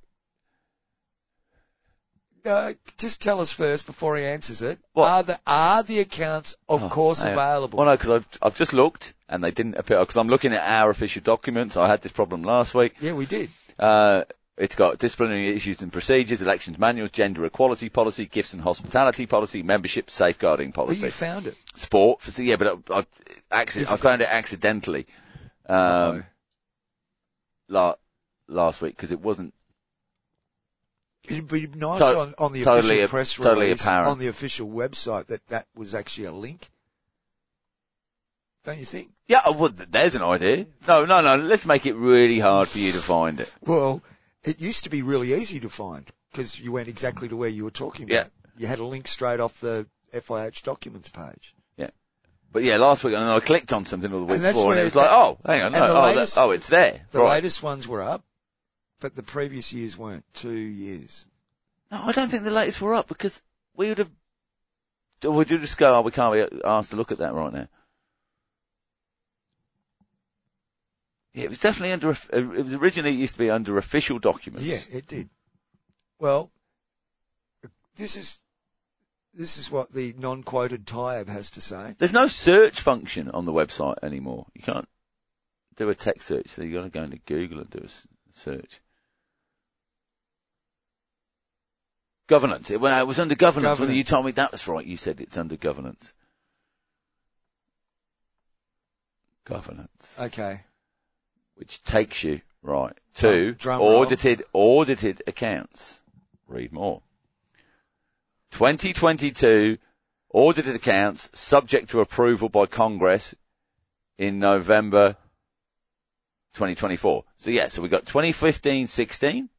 Uh, just tell us first before he answers it.
What?
Are the, are the accounts, of
Oh,
course,
hang on.
available?
Well, no, because I've, I've just looked and they didn't appear, because I'm looking at our official documents. I had this problem last week.
Yeah, we did.
Uh, it's got disciplinary issues and procedures, elections manuals, gender equality policy, gifts and hospitality policy, membership safeguarding
But you
policy,
found it.
sport. For, yeah, but uh, I, I, accident, I found it accidentally um, la- last week because it wasn't.
It'd be nice
To-
on, on the
totally
official
ap-
press
totally
release,
apparent.
on the official website, that that was actually a link. Don't you think?
Yeah, oh, well, th- there's an idea. No, no, no. Let's make it really hard for you to find it.
Well, it used to be really easy to find because you went exactly to where you were talking about.
Yeah.
You had a link straight off the FIH documents page.
But yeah, last week, and I clicked on something all the week
And that's
before, and
where
it was
the-
like, oh, hang on,
and
no,
the
oh, that-
latest-
oh, it's there.
The
right.
latest ones were up, but the previous years weren't. Two years.
No, I don't think the latest were up because we would have. We do just go, oh, we can't be asked to look at that right now. Yeah, it was definitely under. It was originally it used to be under official documents.
Yeah, it did. Well, this is this is what the non-quoted Tyab has to say.
There's no search function on the website anymore. You can't do a text search. So you got to go into Google and do a s- search. Governance. It, well, it was under governance. When you
Governance.
told me that was right, you said it's under governance. Governance.
Okay. Uh,
which takes you Right. Two,
drum roll.
audited, audited accounts. Read more. 2022 audited accounts subject to approval by Congress in November 2024. So yeah, so we got 2015, 16,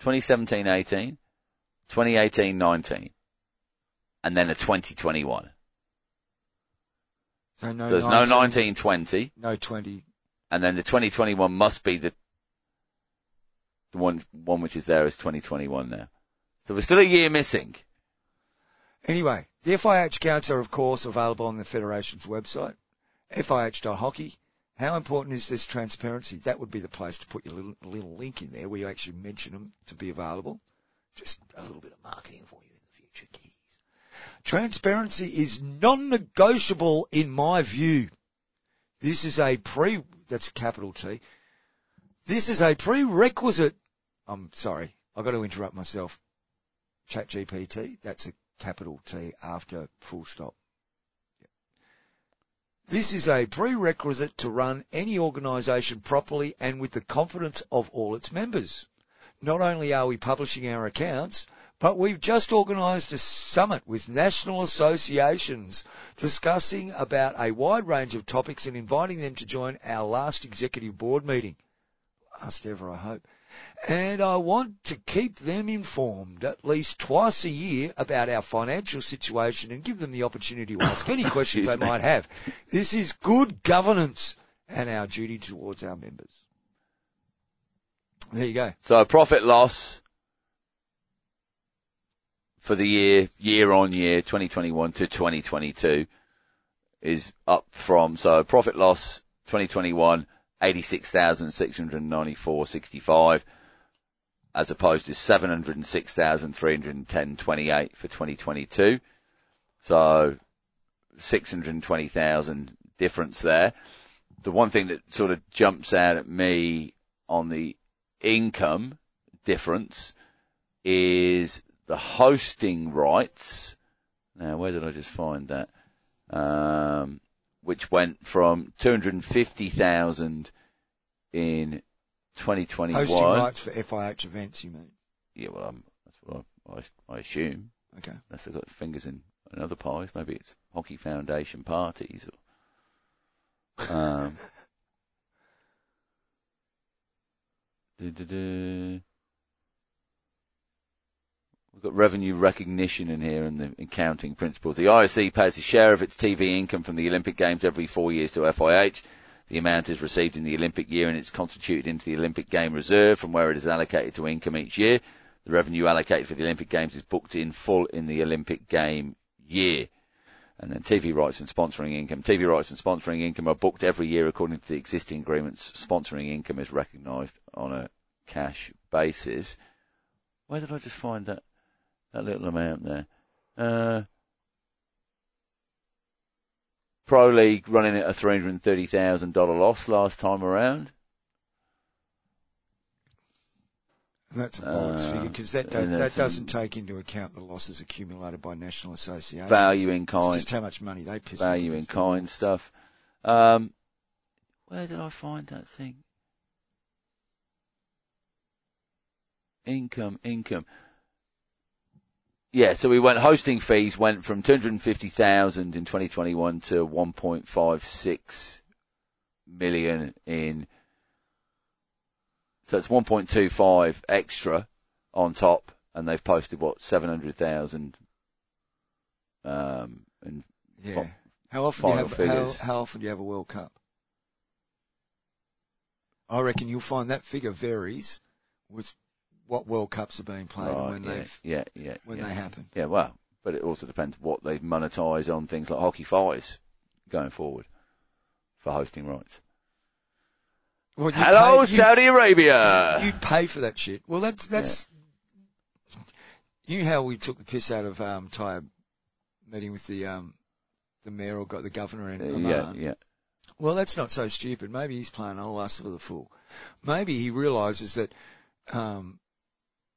2017, 18, 2018, 19, and then a 2021.
So no
So there's
19,
no 1920.
No 20.
and then the 2021 must be the the one one which is there as 2021 now. So we're still a year missing.
Anyway, the FIH counts are of course available on the Federation's website, FIH.hockey. How important is this transparency? That would be the place to put your little, little link in there where you actually mention them to be available. Just a little bit of marketing for you in the future, kiddies. Transparency is non-negotiable in my view. This is a pre, that's capital T. This is a prerequisite. I'm sorry. I've got to interrupt myself. Chat GPT, that's a capital T after full stop. Yep. This is a prerequisite to run any organisation properly and with the confidence of all its members. Not only are we publishing our accounts, but we've just organised a summit with national associations discussing about a wide range of topics and inviting them to join our last executive board meeting. Last ever, I hope and I want to keep them informed at least twice a year about our financial situation and give them the opportunity to ask any questions they
<coughs> Excuse me.
might have. This is good governance and our duty towards our members. There you go.
So a profit loss for the year year on year 2021 to 2022 is up from so profit loss 2021 86,694.65 as opposed to 706,310.28 for 2022. So 620,000 difference there. The one thing that sort of jumps out at me on the income difference is the hosting rights. Now, where did I just find that? Um, which went from 250,000 in 2021.
Hosting rights for FIH events, you mean?
Yeah, well, um, that's what I, I, I assume.
Okay.
Unless they've got fingers in, in other pies. Maybe it's Hockey Foundation parties or. Um, du-du-du. We've got revenue recognition in here and the accounting principles. The IOC pays a share of its TV income from the Olympic Games every four years to FIH. The amount is received in the Olympic year and it's constituted into the Olympic Game Reserve from where it is allocated to income each year. The revenue allocated for the Olympic Games is booked in full in the Olympic Game year. And then TV rights and sponsoring income. TV rights and sponsoring income are booked every year according to the existing agreements. Sponsoring income is recognised on a cash basis. Where did I just find that, that little amount there? Uh, Pro League running at a $330,000 loss last time around.
And <laughs> that's a bollocks
Uh,
figure because that,
and
don't, that
that's
doesn't
an-
take into account the losses accumulated by national associations.
Value in
It's
kind.
just how much money they piss
value in
off.
kind stuff. Um, where did I find that thing? Income, income. Yeah, so we went hosting fees went from 250,000 in 2021 to 1.56 million in so it's 1.25 extra on top and they've posted what 700,000 um in
Yeah.
Fi-
How often, do you
final
have, how,
figures.
how often do you have a World Cup? I reckon you'll find that figure varies with what World Cups are being played and
Right,
when
yeah,
they've
yeah, yeah,
when
yeah.
they happen.
Yeah, well, but it also depends what they monetise on things like hockey fires going forward for hosting rights.
Well, you
Hello,
pay, you-
Saudi Arabia.
you pay for that shit. Well, that's that's you know how we took the piss out of um, Tyre meeting with the um, the mayor or got the governor in Oman.
Uh, yeah, yeah,
Well, that's not so stupid. Maybe he's playing all us for the fool. Maybe he realizes that, um,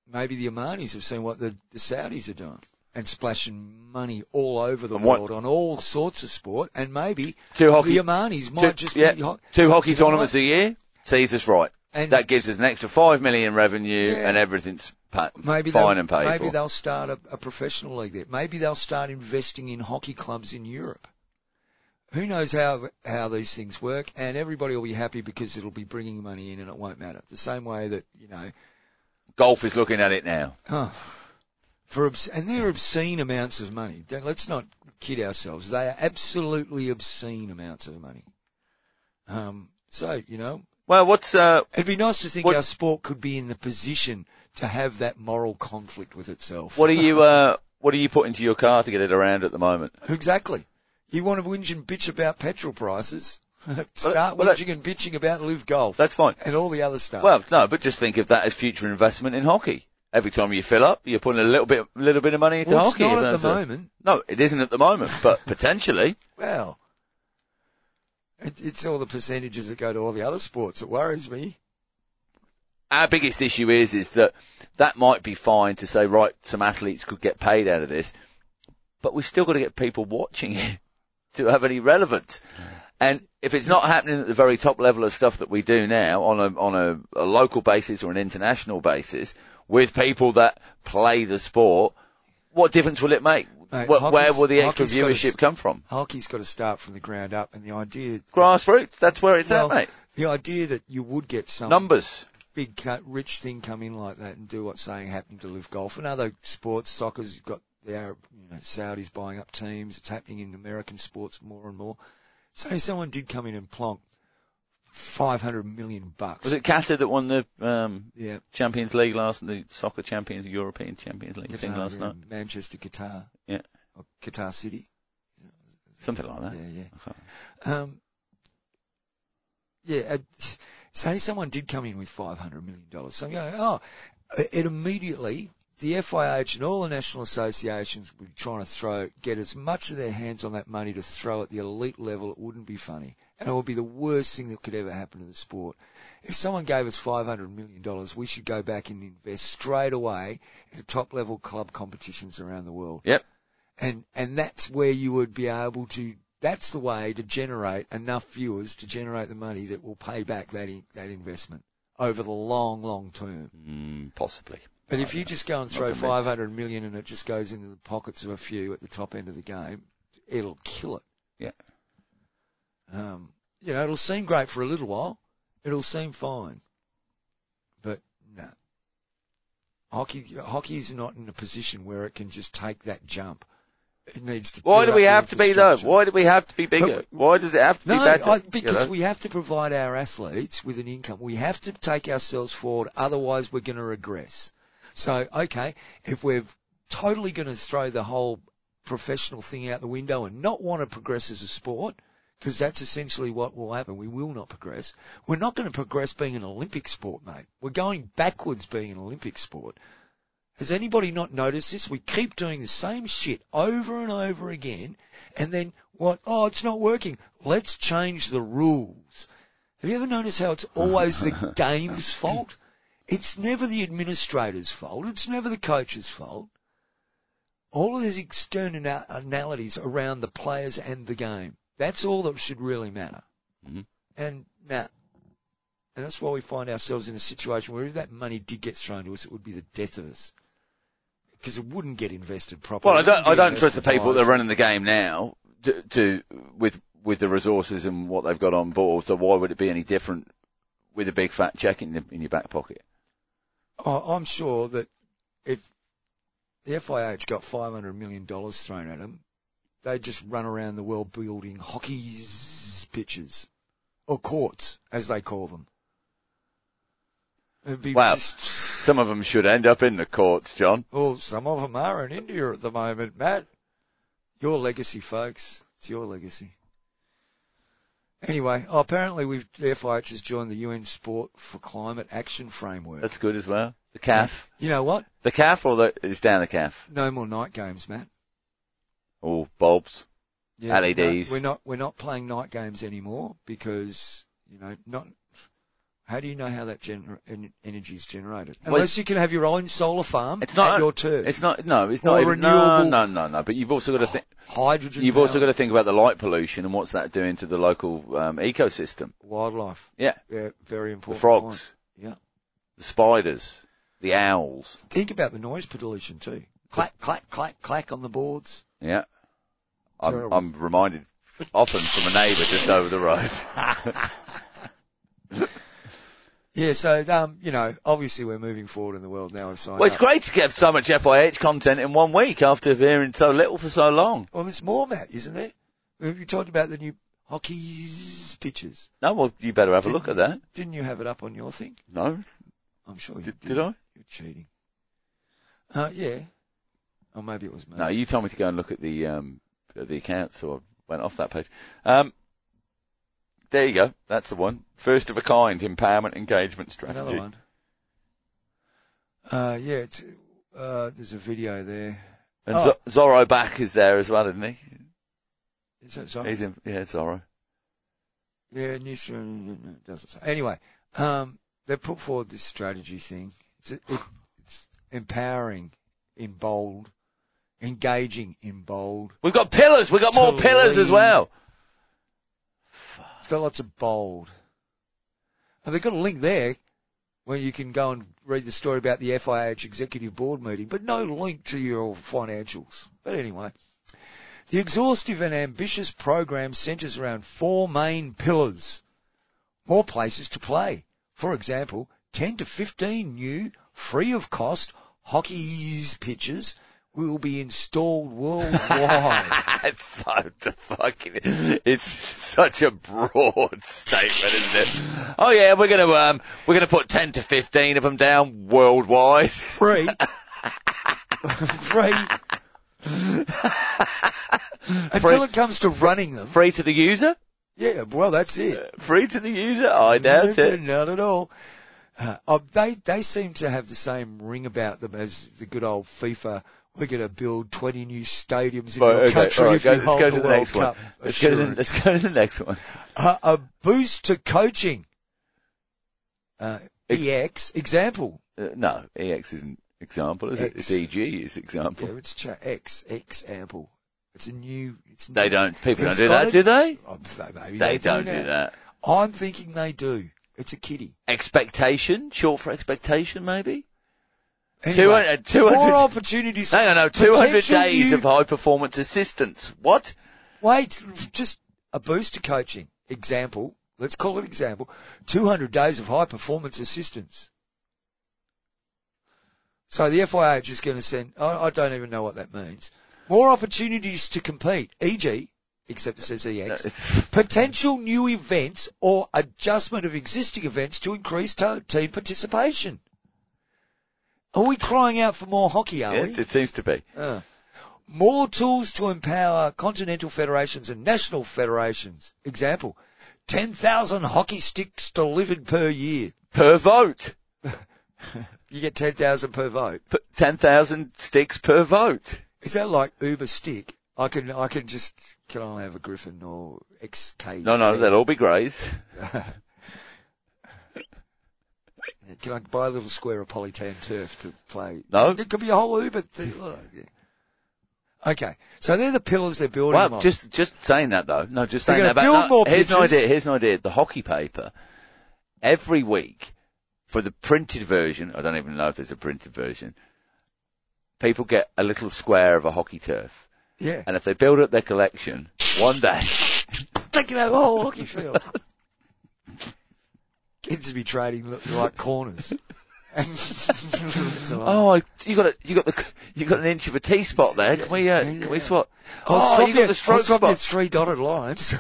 maybe the Omanis have seen what the, the Saudis are doing and splashing money all over the
And what-
world on all sorts of sport. And maybe
two hockey,
the Omanis
two,
might just
yeah,
be hot.
two hockey
You know
tournaments
what?
a year. sees us right.
And
That gives us an extra five million revenue
Yeah.
and everything's pa-
maybe
fine
they'll-
and paid
maybe
for.
they'll start a, a professional league there. Maybe they'll start investing in hockey clubs in Europe. Who knows how how these things work? And everybody will be happy because it'll be bringing money in, and it won't matter. The same way that you know,
Golf is looking at it now.
oh, for obs- and they're obscene amounts of money. Don't- Let's not kid ourselves. They are absolutely obscene amounts of money. Um, so you know,
Well, what's uh,
it'd be nice to think
What-
our sport could be in the position to have that moral conflict with itself.
what are you <laughs> uh, what are you putting to your car to get it around at the moment?
Exactly. You want to whinge and bitch about petrol prices? <laughs> Start
well, that-
whinging and bitching about live golf
That's fine.
and all the other stuff.
Well, no, but just think of that as future investment in hockey. Every time you fill up, you're putting a little bit, little bit of money into
Well, it's
hockey.
not
if
at
that's
the
a-
moment.
No, it isn't at the moment, but potentially.
Well, it, it's all the percentages that go to all the other sports that worries me.
Our biggest issue is, is that that might be fine to say, right, some athletes could get paid out of this, but we've still got to get people watching it <laughs> to have any relevance. And if it's not happening at the very top level of stuff that we do now on a, on a, a local basis or an international basis with people that play the sport, what difference will it make?
Mate,
Wh- where
hockey's-
will the extra
hockey's got
viewership
its-
come from?
Hockey's got to start from the ground up, and the idea.
Grassroots. That's where it's
well, um,
at, mate.
the idea that you would get some
Numbers.
big cut, rich thing come in like that and do what's saying happening to live golf and other sports. Soccer's got the Arab, you know, Saudis buying up teams. It's happening in American sports more and more. Say someone did come in and plonk 500 million bucks.
Was it Qatar that won the um,
Yeah.
Champions League last, the soccer Champions, European Champions League thing
Qatar,
last
yeah,
night?
Manchester, Qatar.
Yeah.
Or Qatar City.
Something like that.
Yeah, yeah.
Okay.
Um, yeah, uh, say someone did come in with $500 million. So I'm going, oh, it immediately, the FIH and all the national associations would be trying to throw, get as much of their hands on that money to throw at the elite level. It wouldn't be funny. And it would be the worst thing that could ever happen to the sport. If someone gave us $500 million, we should go back and invest straight away into top level club competitions around the world
Yep.
and and that's where you would be able to. That's the way to generate enough viewers to generate the money that will pay back that in, that investment over the long, long term.
Mm, possibly.
But if you just go and throw
convinced.
500 million and it just goes into the pockets of a few at the top end of the game, it'll kill it.
Yeah.
Um, you know, it'll seem great for a little while. It'll seem fine. But no. Hockey, hockey's not in a position where it can just take that jump. It needs to.
Why
build
do
up
we
the
have to be though?
infrastructure.
Why do we have to be bigger?
But-
Why does it have to be
No,
better?
I,
You
because
know?
we have to provide our athletes with an income. We have to take ourselves forward, otherwise we're going to regress. So, okay, if we're totally going to throw the whole professional thing out the window and not want to progress as a sport, because that's essentially what will happen. We will not progress. We're not going to progress being an Olympic sport, mate. We're going backwards being an Olympic sport. Has anybody not noticed this? We keep doing the same shit over and over again, and then what? Oh, it's not working. Let's change the rules. Have you ever noticed how it's always
<laughs>
the game's fault? It's never the administrator's fault. It's never the coach's fault. All of these externalities around the players and the game. That's all that should really matter.
Mhm.
And now, and that's why we find ourselves in a situation where if that money did get thrown to us, it would be the death of us. Because it wouldn't get invested properly.
Well, I
It wouldn't
don't. I
be
don't trust the
invested
people that are
wisely.
running the game now to, to with with the resources and what they've got on board. So why would it be any different with a big fat check in, the, in your back pocket?
I- Oh, I'm sure that if the FIH got $500 million thrown at them, they'd just run around the world building hockey pitches or courts, as they call them. It'd be
Wow.
just,
Some of them should end up in the courts, John.
well, some of them are in India at the moment, Matt. Your legacy, folks. It's your legacy. Anyway, oh, apparently we've, the FIH has joined the UN Sport for Climate Action Framework.
That's good as well. The calf,
you know what?
the calf, or the, it's down the calf.
No more night games, Matt.
Oh, bulbs.
Yeah,
LEDs.
no, we're not we're not playing night games anymore because you know not How do you know how that gener- en- energy is generated?
Well,
Unless you can have your own solar farm
It's not
at your turf.
It's not. No, it's
Or
not. Even, no,
renewable-
no, no, no. But you've also got to think.
hydrogen.
You've also got
power,
to think about the light pollution and what's that doing to the local um, ecosystem.
wildlife.
Yeah,
Yeah, very
the
important. point.
frogs,
Yeah.
the spiders, the owls.
Think about the noise pollution too. Clack, clack, clack, clack on the boards.
Yeah, I'm,
Terrible.
I'm reminded often from a neighbour just over
<laughs>
the road.
Yeah, so um, you know, obviously we're moving forward in the world now. uh, I've signed
Well, it's
up.
great to get so much FIH content in one week after hearing so little for so long.
Well, there's more, Matt, isn't there? You talked about the new hockey pitches.
No, well, you better have a look at that.
Didn't you have it up on your thing?
No,
I'm sure you
did,
did.
did I?
You're cheating. Uh, yeah. Or Oh, maybe it was me.
No, you told me to go and look at the um at the account, so I went off that page. Um, there you go. That's the one. First of a kind empowerment engagement strategy.
Another one. Uh, yeah, it's, uh, there's a video there.
And
Oh.
Zo- Zorro back is there as well, isn't he?
Is that something?
He's in, yeah, Zorro.
Yeah, Newstrom doesn't say. Anyway, um, they put forward this strategy thing. It's, it, it's empowering in bold, engaging in bold.
We've got pillars. We've got more
To
pillars as
lead.
well. <laughs>
It's got lots of bold. And they've got a link there where you can go and read the story about the FIH executive board meeting, but no link to your financials. But anyway, the exhaustive and ambitious program centers around four main pillars. More places to play. For example, 10 to 15 new, free of cost, hockey's pitches will be installed worldwide.
it's so to fucking. It's such a broad <laughs> statement, isn't it? Oh yeah, we're gonna um, we're gonna put ten to fifteen of them down worldwide. <laughs>
free. <laughs> free. Until it comes to running them.
Free to the user.
Yeah, well, that's it.
Free to the user. Oh, I doubt
<laughs>
it.
Not at all. Uh, oh, they, they seem to have the same ring about them as the good old FIFA. We're going to build 20 new stadiums in
Right,
your
okay,
country
all right,
if
go-
you hold the, World
next
Cup.
one. Let's go, to the,
assurance.
let's go to the next one.
Uh, a boost to coaching. Uh, EX, example.
Uh, no, EX isn't example, is it?
X.
It's EG is example.
Yeah, it's cha- X, X ample. It's a new, it's
They
new.
don't. People
It's
don't do
got
that,
it.
do they?
I'm so maybe
They don't do that.
I'm thinking they do. It's a kitty.
Expectation, short for expectation, maybe. uh,
Anyway,
200 200
more
<laughs>
opportunities.
No, no, no. Two hundred
Potential
days
new-
of high performance assistance. What?
Wait, just a boost to coaching. Example. Let's call it example. 200 days of high performance assistance. So the FIH is going to send, I, I don't even know what that means. More opportunities to compete, e.g., except it says E
No,
EX,
it's-
potential new events or adjustment of existing events to increase to- team participation. Are we crying out for more hockey,
<laughs>
are we?
it, it seems to be.
Uh. More tools to empower continental federations and national federations. Example, 10,000 hockey sticks delivered per year.
Per vote.
You get 10,000 per vote.
P- 10,000 sticks per vote.
Is that like Uber stick? I can, I can just, can I have a Griffin or XK?
No, no, they'll all be greys.
Can I buy a little square of polytan turf to play?
No.
It could be a whole Uber thing. Look, yeah. Okay. So they're the pillars they're building
Well,
on.
just just saying that though. No, just
They're
saying that.
gonna build
About, no,
more
here's an
pitches.
idea. Here's an idea. The hockey paper every week for the printed version. I don't even know if there's a printed version. People get a little square of a hockey turf,
yeah.
and if they build up their collection,
<laughs>
one day
Thinking about the whole hockey
<laughs>
field. Kids would be trading look like corners. <laughs> oh,
Oh, I, you got a, you got the, you got an inch of a T spot there. Can we, uh, can we swap? Oh, you got the stroke
I'll swap your
spot.
three dotted lines.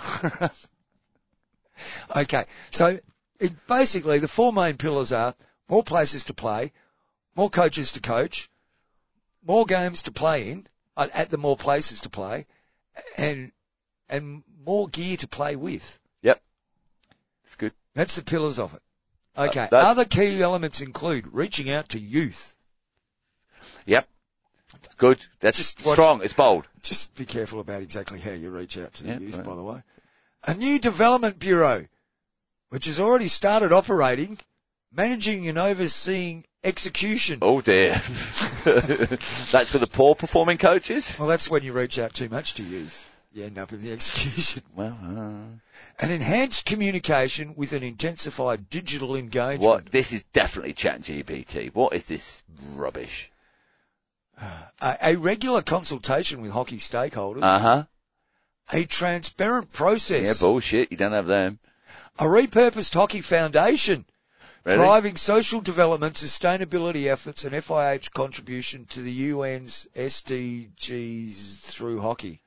<laughs> okay, so it, basically the four main pillars are more places to play, more coaches to coach, more games to play in uh, at the more places to play, and and more gear to play with.
Yep, it's good.
That's the pillars of it. Okay.
Uh, that-
Other key elements include reaching out to youth.
Yep, it's good. That's
Just watch-
strong. It's bold.
Just be careful about exactly how you reach out to the
Yeah,
youth,
right.
by the way. A new development bureau which has already started operating, managing and overseeing execution.
Oh
<laughs>
dear. That's for the poor performing coaches?
Well, that's when you reach out too much to youth. You end up in the <laughs> execution.
Well, uh,
An enhanced communication with an intensified digital engagement.
what? This is definitely ChatGPT. What is this rubbish?
A, a regular consultation with hockey stakeholders.
Uh huh.
a transparent process.
Yeah, bullshit. You don't have them.
a repurposed hockey foundation.
Really?
Driving social development, sustainability efforts and FIH contribution to the UN's SDGs through hockey.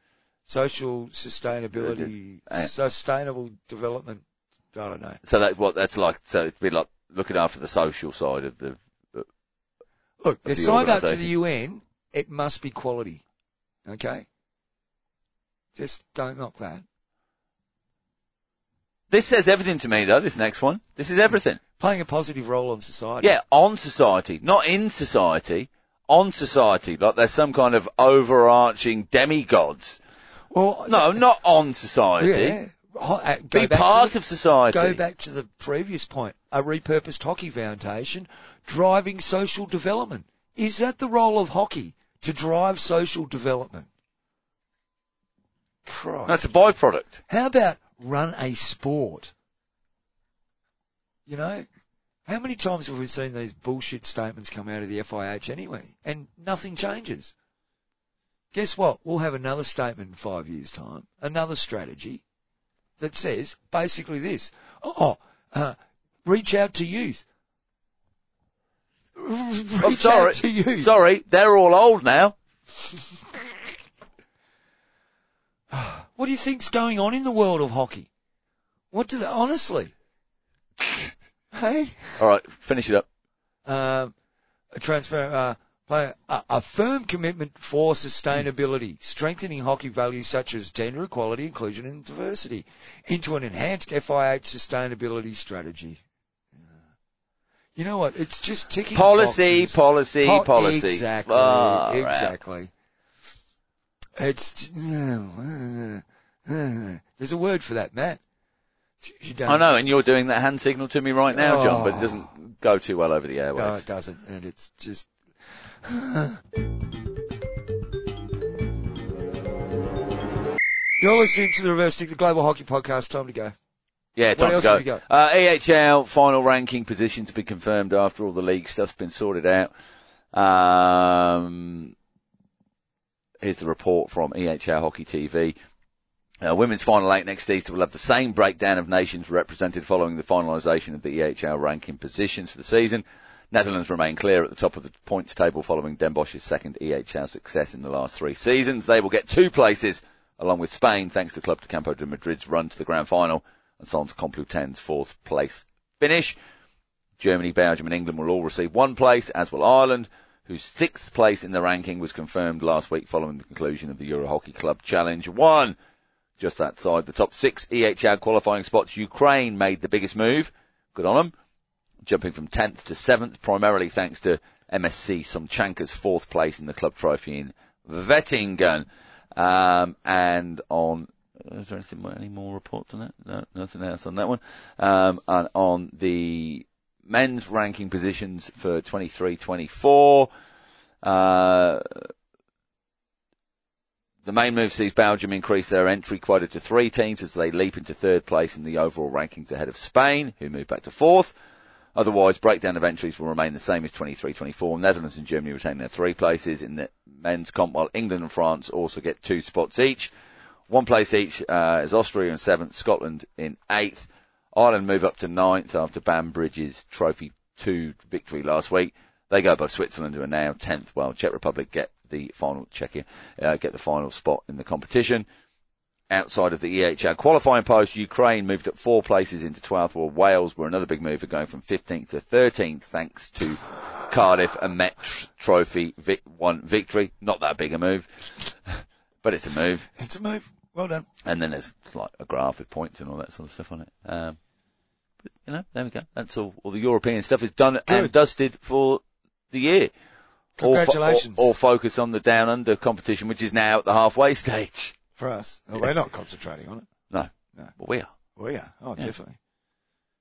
Social sustainability,
Uh,
sustainable development. I don't know.
So that's what that's like. So it'd be like looking after the social side of the.
Look, they're
the
signed up to the
organisation.
UN. It must be quality. Okay? Just don't knock that.
This says everything to me though. This next one. This is everything.
Playing a positive role on society.
Yeah, on society, not in society. On society, like there's some kind of overarching demigods.
Well,
No, not on society.
yeah. Ho- uh, go
Be
back to
part
the-
of society.
Go back to the previous point. A repurposed hockey foundation driving social development. Is that the role of hockey? To drive social development? Christ.
That's a byproduct.
How about run a sport? You know? How many times have we seen these bullshit statements come out of the FIH anyway? And nothing changes. Guess what? We'll have another statement in five years time, another strategy that says basically this. Oh, uh, reach out to youth. <laughs> Reach
I'm sorry.
out to youth.
Sorry, they're all old now.
What do you think's going on in the world of hockey? What do they,
<laughs>
honestly? hey?
All right, finish it up.
um, a transparent uh, play, a, a firm commitment for sustainability, strengthening hockey values such as gender equality, inclusion, and diversity into an enhanced FIH sustainability strategy. You know what? It's just ticking
Policy,
boxes.
policy,
Po-
policy. Ah,
Exactly.
Far out.
exactly. It's there's a word for that, Matt. You don't-
I know, and you're doing that hand signal to me right now, John, but
Oh.
it doesn't go too well over the
No, it
airwaves.
doesn't, and it's just. <laughs> You're listening to the Reverse Stick, the Global Hockey Podcast. Time to go.
yeah, time
else
to go.
have we got?
Uh, EHL final ranking position to be confirmed after all the league stuff's been sorted out. Um, here's the report from EHL Hockey TV. Uh, women's final eight next Easter will have the same breakdown of nations represented following the finalisation of the EHL ranking positions for the season. Netherlands remain clear at the top of the points table following Den Bosch's second EHL success in the last three seasons. They will get two places along with Spain thanks to Club de Campo de Madrid's run to the grand final and Sons Complutense's fourth place finish. Germany, Belgium and England will all receive one place, as will Ireland, whose sixth place in the ranking was confirmed last week following the conclusion of the Euro Hockey Club Challenge 1. Just outside the top six EHL qualifying spots, Ukraine made the biggest move. Good on them. Jumping from 10th to 7th, primarily thanks to MSC Somchanka's fourth place in the club trophy in Vettingen. Um, and on, is there anything, any more reports on that? No, nothing else on that one. Um, and on the men's ranking positions for 23-24, uh, the main move sees Belgium increase their entry quota to three teams as they leap into third place in the overall rankings ahead of Spain, who move back to fourth. Otherwise, breakdown of entries will remain the same as 23-24. Netherlands and Germany retain their three places in the men's comp, while England and France also get two spots each. One place each uh, is Austria in seventh, Scotland in eighth. Ireland move up to ninth after Banbridge's Trophy 2 victory last week. They go above Switzerland, who are now 10th, while Czech Republic get the final Czechia, uh, get the final spot in the competition. Outside of the EHL qualifying post, Ukraine moved up four places into 12th, while Wales were another big mover, going from 15th to 13th, thanks to Cardiff and Met tr- Trophy vic- one victory. Not that big a move, <laughs> but it's a move.
It's a move. Well done.
And then there's like a graph with points and all that sort of stuff on it. Um, but you know, there we go. That's all. All the European stuff is done
Good.
and dusted for the year. All fo-
Congratulations.
All, all focus on the down under competition, which is now at the halfway stage.
For us. Well, they're not Oh, concentrating on it.
No,
No.
well, we are.
We are. Oh,
Yeah.
definitely.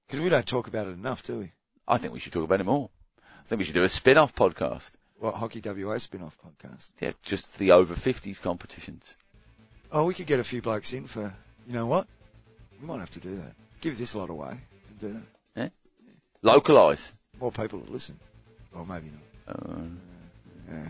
Because we don't talk about it enough, do we?
I think we should talk about it more. I think we should do a spin-off podcast.
What Hockey WA spin-off podcast?
Yeah, just the over 50s competitions.
Oh, we could get a few blokes in for. You know what? We might have to do that. Give this lot away and do that.
Localise.
More people will listen, or maybe not.
Uh,
Yeah.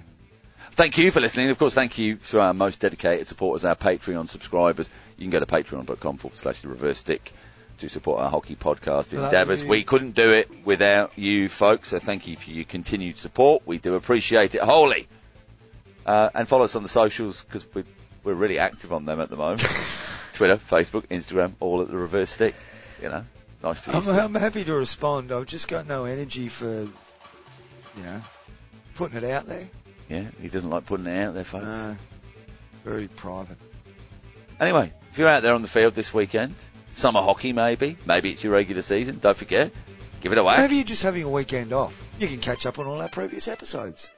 Thank you for listening. Of course, thank you to our most dedicated supporters, our Patreon subscribers. You can go to patreon.com forward slash the reverse stick to support our hockey podcast
Love
endeavours.
you.
We couldn't do it without you folks, so thank you for your continued support. We do appreciate it wholly. Uh, and follow us on the socials because we're, we're really active on them at the moment. Twitter, Facebook, Instagram, all at the reverse stick. You know, nice to
I'm,
you.
I'm happy to respond. I've just got no energy for, you know, putting it out there.
Yeah, he doesn't like putting it out there, folks.
No. very private.
Anyway, if you're out there on the field this weekend, summer hockey maybe, maybe it's your regular season, don't forget, give it away.
Maybe you're just having a weekend off. You can catch up on all our previous episodes.